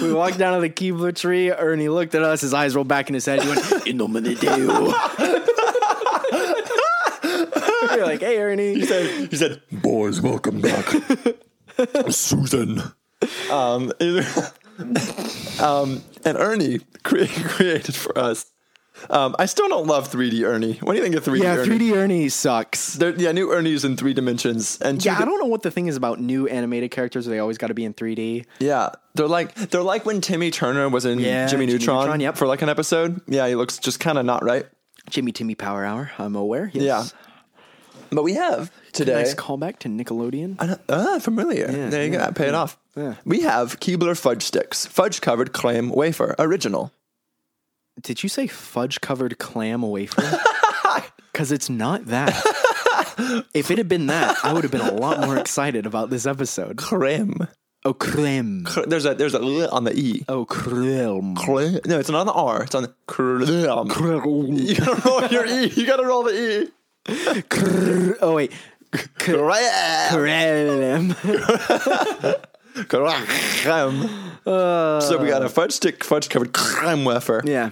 Speaker 3: we walked down to the Keebler tree. Ernie looked at us. His eyes rolled back in his head. He went, "In nomine Deo." *laughs* we were like, "Hey, Ernie."
Speaker 2: He said, "Boys, welcome *laughs* back, Susan." Um, *laughs* um, and Ernie cre- created for us. Um, I still don't love 3D Ernie. What do you think of 3D
Speaker 3: yeah,
Speaker 2: Ernie?
Speaker 3: 3D Ernie sucks.
Speaker 2: There- yeah, new Ernie's in three dimensions, and
Speaker 3: Yeah,
Speaker 2: two-
Speaker 3: I don't know what the thing is about new animated characters. They always got to be in 3D.
Speaker 2: yeah, they're like they're like when Timmy Turner was in
Speaker 3: Yeah,
Speaker 2: Jimmy,
Speaker 3: Jimmy
Speaker 2: Neutron,
Speaker 3: Neutron, yep.
Speaker 2: for like an episode. Yeah, he looks just kind of not right.
Speaker 3: Jimmy Timmy Power Hour. I'm aware. Yes.
Speaker 2: Yeah, but we have today.
Speaker 3: Nice callback to Nickelodeon.
Speaker 2: I don't, ah, familiar. there you go. Pay it off.
Speaker 3: yeah.
Speaker 2: We have Keebler fudge sticks, fudge covered clam wafer, original.
Speaker 3: Did you say fudge covered clam *laughs* wafer? Because it's not that. if it had been that, I would have been a lot more excited about this episode.
Speaker 2: Creme.
Speaker 3: Oh, creme.
Speaker 2: Cr- There's a there's a L on the e.
Speaker 3: Oh, creme.
Speaker 2: Creme. No, it's not on the r. It's on the creme. *laughs*
Speaker 3: Creme.
Speaker 2: You gotta roll your e. You gotta roll the e.
Speaker 3: Cr- Oh, wait. Creme.
Speaker 2: Creme.
Speaker 3: *laughs*
Speaker 2: Creme. so we got a fudge stick, fudge covered creme wafer.
Speaker 3: Uh. Yeah.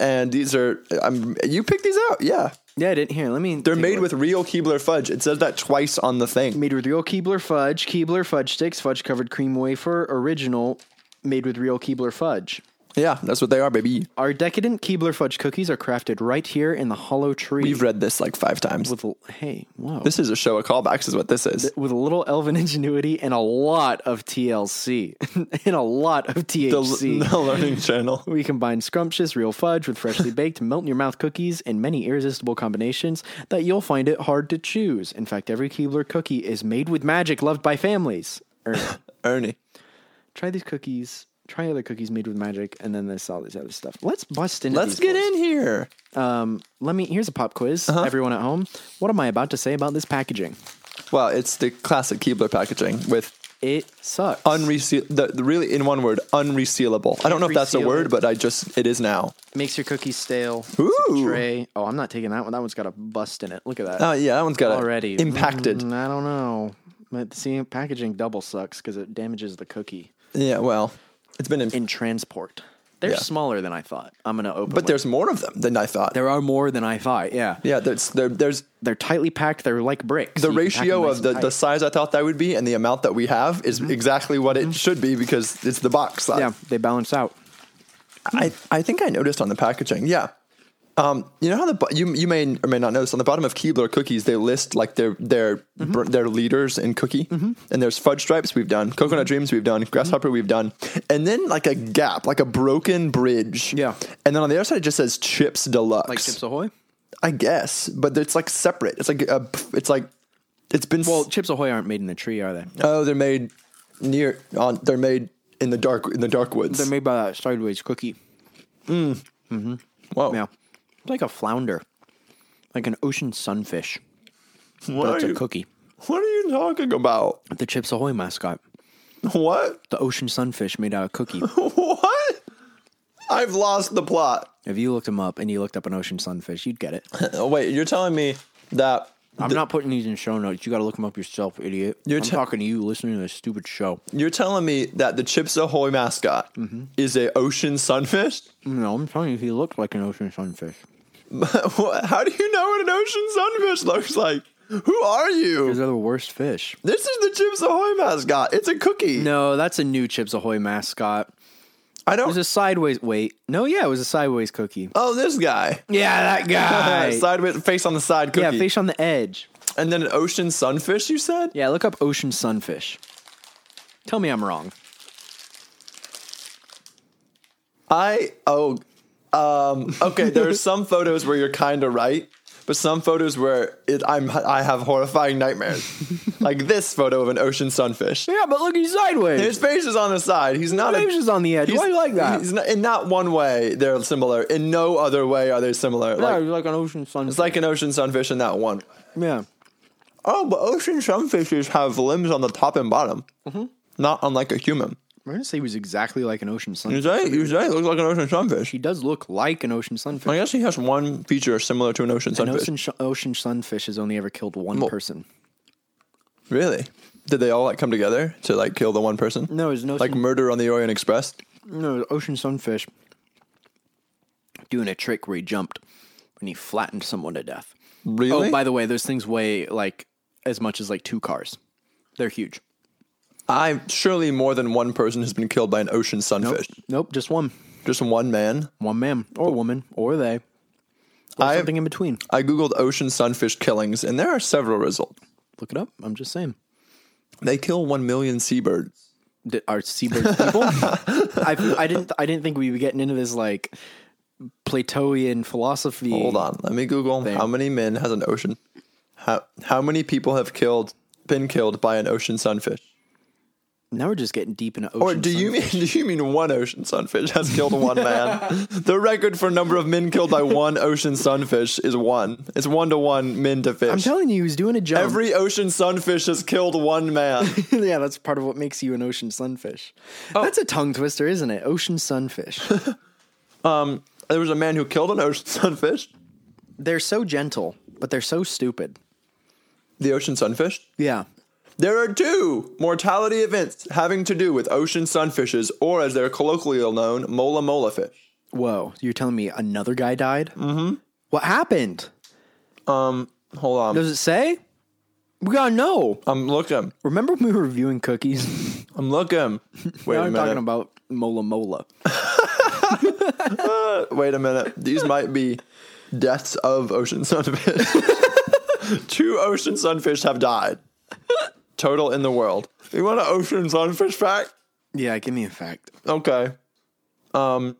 Speaker 2: And these are I'm, you picked these out. Yeah.
Speaker 3: Yeah, I didn't hear. Let me.
Speaker 2: They're made with real Keebler fudge. It says that twice on the thing.
Speaker 3: Made with real Keebler fudge, Keebler fudge sticks, fudge covered cream wafer, original, made with real Keebler fudge.
Speaker 2: Yeah, that's what they are, baby.
Speaker 3: Our decadent Keebler fudge cookies are crafted right here in the hollow tree.
Speaker 2: We've read this like five times.
Speaker 3: with a, hey, whoa.
Speaker 2: This is a show of callbacks, is what this is.
Speaker 3: with a little elven ingenuity and a lot of TLC *laughs* and a lot of
Speaker 2: The,
Speaker 3: THC.
Speaker 2: the Learning
Speaker 3: *laughs*
Speaker 2: Channel.
Speaker 3: We combine scrumptious real fudge
Speaker 2: *laughs*
Speaker 3: with freshly baked melt in your mouth cookies and many irresistible combinations that you'll find it hard to choose. In fact, every Keebler cookie is made with magic loved by families. Ernie,
Speaker 2: Ernie.
Speaker 3: try these cookies. Try other cookies made with magic, and then there's all this other stuff. Let's bust into.
Speaker 2: Let's get
Speaker 3: these boys.
Speaker 2: in Uh-huh. here.
Speaker 3: Um, let me. Here's a pop quiz. Everyone at home, what am I about to say about this packaging?
Speaker 2: Well, it's the classic Keebler packaging with
Speaker 3: It sucks.
Speaker 2: unreseal the, the really in one word unresealable. I don't know if that's a
Speaker 3: reseal
Speaker 2: word,
Speaker 3: it.
Speaker 2: but I just it is now.
Speaker 3: Makes your cookies stale.
Speaker 2: Ooh.
Speaker 3: Tray. Oh, I'm not taking that one. That one's got a bust in it. Look at that.
Speaker 2: Oh yeah, that one's got a-
Speaker 3: already
Speaker 2: impacted.
Speaker 3: Mm, I don't know. But see, packaging double sucks because it damages the cookie
Speaker 2: Yeah, well, it's been in,
Speaker 3: in transport. They're
Speaker 2: Yeah.
Speaker 3: smaller than I thought. I'm gonna
Speaker 2: *laughs*
Speaker 3: open.
Speaker 2: but
Speaker 3: one.
Speaker 2: there's more of them than I thought.
Speaker 3: there are more than I thought. Yeah,
Speaker 2: yeah, there's there, there's
Speaker 3: they're tightly packed. They're like bricks.
Speaker 2: the
Speaker 3: You can pack them
Speaker 2: ratio
Speaker 3: nice
Speaker 2: of the,
Speaker 3: and
Speaker 2: the
Speaker 3: tight. Mm-hmm.
Speaker 2: size I thought that would be and the amount that we have is exactly what it should be because it's the box size.
Speaker 3: yeah, they balance out.
Speaker 2: I, I think I noticed on the packaging. Yeah. Um, you know how the bo- you you may or may not notice on the bottom of Keebler cookies they list like their their br- their leaders in cookie and there's fudge stripes we've done coconut dreams we've done grasshopper we've done and then like a gap like a broken bridge
Speaker 3: Yeah.
Speaker 2: and then on the other side it just says chips deluxe
Speaker 3: Like Chips Ahoy.
Speaker 2: I guess but it's like separate it's like a, it's like It's been s-
Speaker 3: Well, Chips Ahoy aren't made in a tree, are they?
Speaker 2: oh, they're made near on. They're made in the dark in the dark woods.
Speaker 3: They're made by that sideways cookie.
Speaker 2: Whoa,
Speaker 3: Yeah, it's like a flounder, like an ocean sunfish, but
Speaker 2: what
Speaker 3: it's
Speaker 2: are,
Speaker 3: a
Speaker 2: you,
Speaker 3: cookie.
Speaker 2: what are you talking about?
Speaker 3: The Chips Ahoy mascot,
Speaker 2: What? *laughs*
Speaker 3: the ocean sunfish made out of cookie.
Speaker 2: What? I've lost the plot.
Speaker 3: if you looked him up and you looked up an ocean sunfish, you'd get it.
Speaker 2: Oh, wait, you're telling me that
Speaker 3: I'm not putting these in show notes. You got to look them up yourself, idiot.
Speaker 2: You're
Speaker 3: I'm
Speaker 2: ta-
Speaker 3: talking to you, listening to this stupid show.
Speaker 2: you're telling me that the Chips Ahoy mascot is a ocean sunfish? *laughs*
Speaker 3: No, I'm telling you, he looked like an ocean sunfish.
Speaker 2: What- How do you know what an ocean sunfish looks like? Who are you?
Speaker 3: These are the worst fish.
Speaker 2: This is the Chips Ahoy mascot. It's a cookie.
Speaker 3: No, that's a new Chips Ahoy mascot.
Speaker 2: I
Speaker 3: It was
Speaker 2: don't.
Speaker 3: a sideways. Wait, no, yeah, it was a sideways cookie.
Speaker 2: oh, this guy. *laughs*
Speaker 3: Yeah, that guy.
Speaker 2: side with face on the side cookie.
Speaker 3: yeah, fish on the edge.
Speaker 2: and then an ocean sunfish. You said.
Speaker 3: Yeah, look up ocean sunfish. Tell me I'm wrong.
Speaker 2: I oh, um, *laughs* okay. There are some photos where you're kind of right, but some photos where it, I'm I have horrifying nightmares,
Speaker 3: *laughs*
Speaker 2: like this photo of an ocean sunfish.
Speaker 3: Yeah, but look, he's sideways.
Speaker 2: His face is on the side. He's not.
Speaker 3: His
Speaker 2: a,
Speaker 3: face is on the edge.
Speaker 2: he's-
Speaker 3: Why do you like that?
Speaker 2: He's not, in not one way they're similar. In no other way are they similar.
Speaker 3: yeah,
Speaker 2: Like,
Speaker 3: he's like an ocean sunfish.
Speaker 2: it's like an ocean sunfish in that one.
Speaker 3: yeah.
Speaker 2: Oh, but ocean sunfishes have limbs on the top and bottom,
Speaker 3: Mm-hmm.
Speaker 2: not unlike a human.
Speaker 3: I'm gonna say he was exactly like an ocean
Speaker 2: You
Speaker 3: sunfish.
Speaker 2: say you say it looks like an ocean sunfish.
Speaker 3: He does look like an ocean sunfish.
Speaker 2: I guess he has one feature similar to an ocean
Speaker 3: An
Speaker 2: sunfish.
Speaker 3: ocean, sh- ocean sunfish has only ever killed one person.
Speaker 2: Really? Did they all like come together to like kill the one person?
Speaker 3: No, it's no,
Speaker 2: Like murder on the Orient Express?
Speaker 3: no ocean sunfish doing a trick where he jumped and he flattened someone to death.
Speaker 2: Really?
Speaker 3: Oh, by the way, those things weigh like as much as like two cars. They're huge.
Speaker 2: I surely more than one person has been killed by an ocean sunfish.
Speaker 3: Nope, just one,
Speaker 2: Just one man.
Speaker 3: one man or woman or they. Or
Speaker 2: I-
Speaker 3: something in between.
Speaker 2: I googled ocean sunfish killings and there are several results.
Speaker 3: Look it up. I'm just saying.
Speaker 2: They kill 1 million seabirds.
Speaker 3: Th- Are seabirds people?
Speaker 2: *laughs*
Speaker 3: I, I didn't. I didn't think we were getting into this like Platoian philosophy.
Speaker 2: Hold on, let me google how many men has an ocean how, how many people have killed been killed by an ocean sunfish?
Speaker 3: Now we're just getting deep into ocean.
Speaker 2: Or Oh, do you mean *laughs* do you mean one ocean sunfish has killed one
Speaker 3: *laughs*
Speaker 2: man? the record for number of men killed by one ocean sunfish is 1. It's 1 to 1 men to fish.
Speaker 3: I'm telling you, he's doing a jump.
Speaker 2: Every ocean sunfish has killed one man.
Speaker 3: *laughs* yeah, that's part of what makes you an ocean sunfish.
Speaker 2: Oh.
Speaker 3: That's a tongue twister, isn't it?
Speaker 2: *laughs*
Speaker 3: Ocean sunfish.
Speaker 2: there was a man who killed an ocean sunfish.
Speaker 3: they're so gentle, but they're so stupid.
Speaker 2: The ocean sunfish?
Speaker 3: Yeah.
Speaker 2: There are two mortality events having to do with ocean sunfishes, or as they're colloquially known, mola mola fish.
Speaker 3: Whoa, you're telling me another guy died? Mm-hmm. What happened?
Speaker 2: Um, Hold on.
Speaker 3: Does it say? We gotta know.
Speaker 2: I'm looking.
Speaker 3: Remember when we were reviewing cookies?
Speaker 2: I'm
Speaker 3: *laughs*
Speaker 2: looking. Wait
Speaker 3: now
Speaker 2: a
Speaker 3: I'm
Speaker 2: minute.
Speaker 3: talking about Mola Mola. *laughs*
Speaker 2: Wait a minute. These might be deaths of ocean sunfish. *laughs* two ocean sunfish have died. Total in the world. You want an ocean sunfish fact?
Speaker 3: yeah, give me a fact.
Speaker 2: Okay. Um,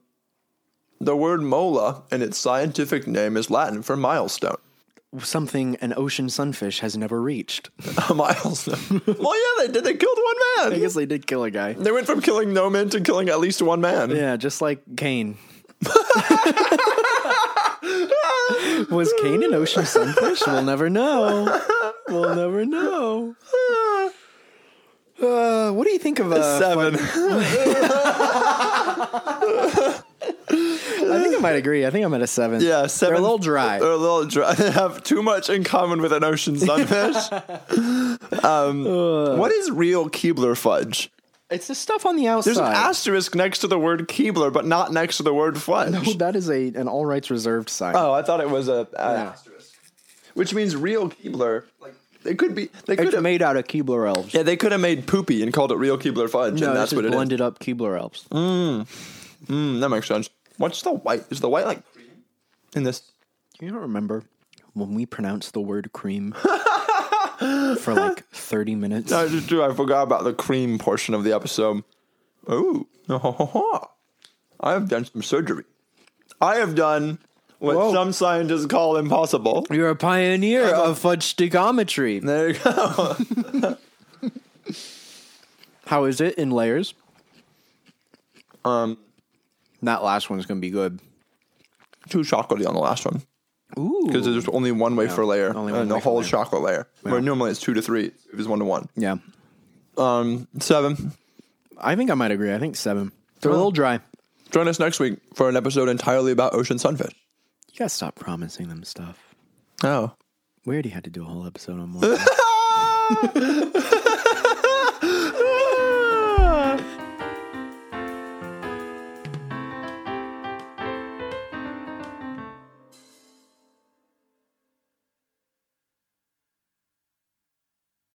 Speaker 2: the word mola in its scientific name is Latin for milestone. *laughs*
Speaker 3: Something an ocean sunfish has never reached.
Speaker 2: A milestone. *laughs* well, yeah, they did. They killed one
Speaker 3: I
Speaker 2: man.
Speaker 3: guess they did kill a guy.
Speaker 2: They went from killing no men to killing at least one man.
Speaker 3: Yeah, just like Cain. *laughs* Was Cain an ocean sunfish? We'll never know. We'll never know. Uh, what do you think of uh,
Speaker 2: Seven.
Speaker 3: I think I might agree. I think I'm at a seven.
Speaker 2: yeah, seven.
Speaker 3: They're a little dry.
Speaker 2: They're a little dry. *laughs* They have too much in common with an
Speaker 3: *laughs*
Speaker 2: ocean sunfish. um, what is real Keebler fudge?
Speaker 3: It's the stuff on the outside.
Speaker 2: There's an asterisk next to the word Keebler, but not next to the word fudge.
Speaker 3: Oh, that is a an all rights reserved sign.
Speaker 2: Oh, I thought it was a, a
Speaker 3: Yeah.
Speaker 2: asterisk, which means real Keebler. Like they could be, they could
Speaker 3: it's
Speaker 2: have made.
Speaker 3: made out of Keebler elves.
Speaker 2: Yeah, they could have made poopy and called it real Keebler fudge,
Speaker 3: No,
Speaker 2: and that's
Speaker 3: it's
Speaker 2: what
Speaker 3: just
Speaker 2: it is.
Speaker 3: blended up Keebler elves.
Speaker 2: Mm, that makes sense. What's the white? Is the white like cream in this?
Speaker 3: Do you not remember when we pronounced the
Speaker 2: *laughs*
Speaker 3: word cream for like 30 minutes?
Speaker 2: I just do. I forgot about the cream portion of the episode. *laughs* Oh, I have done some surgery. I have done what
Speaker 3: Whoa.
Speaker 2: some scientists call impossible.
Speaker 3: You're a pioneer of fudge stigometry.
Speaker 2: There you *laughs* go.
Speaker 3: How is it in layers? Um, that last one's gonna be good.
Speaker 2: Too chocolatey on the last one
Speaker 3: Ooh,
Speaker 2: because there's only one wafer layer
Speaker 3: only one
Speaker 2: and the
Speaker 3: wafer
Speaker 2: whole
Speaker 3: layer.
Speaker 2: chocolate layer. Where normally it's two to three. It was one to one.
Speaker 3: yeah.
Speaker 2: Um, seven.
Speaker 3: I think I might agree. I think seven. They're a little dry. You
Speaker 2: Join us next week for an episode entirely about ocean sunfish.
Speaker 3: gotta stop promising them stuff.
Speaker 2: Oh. *laughs*
Speaker 3: We already had to do a whole episode on one.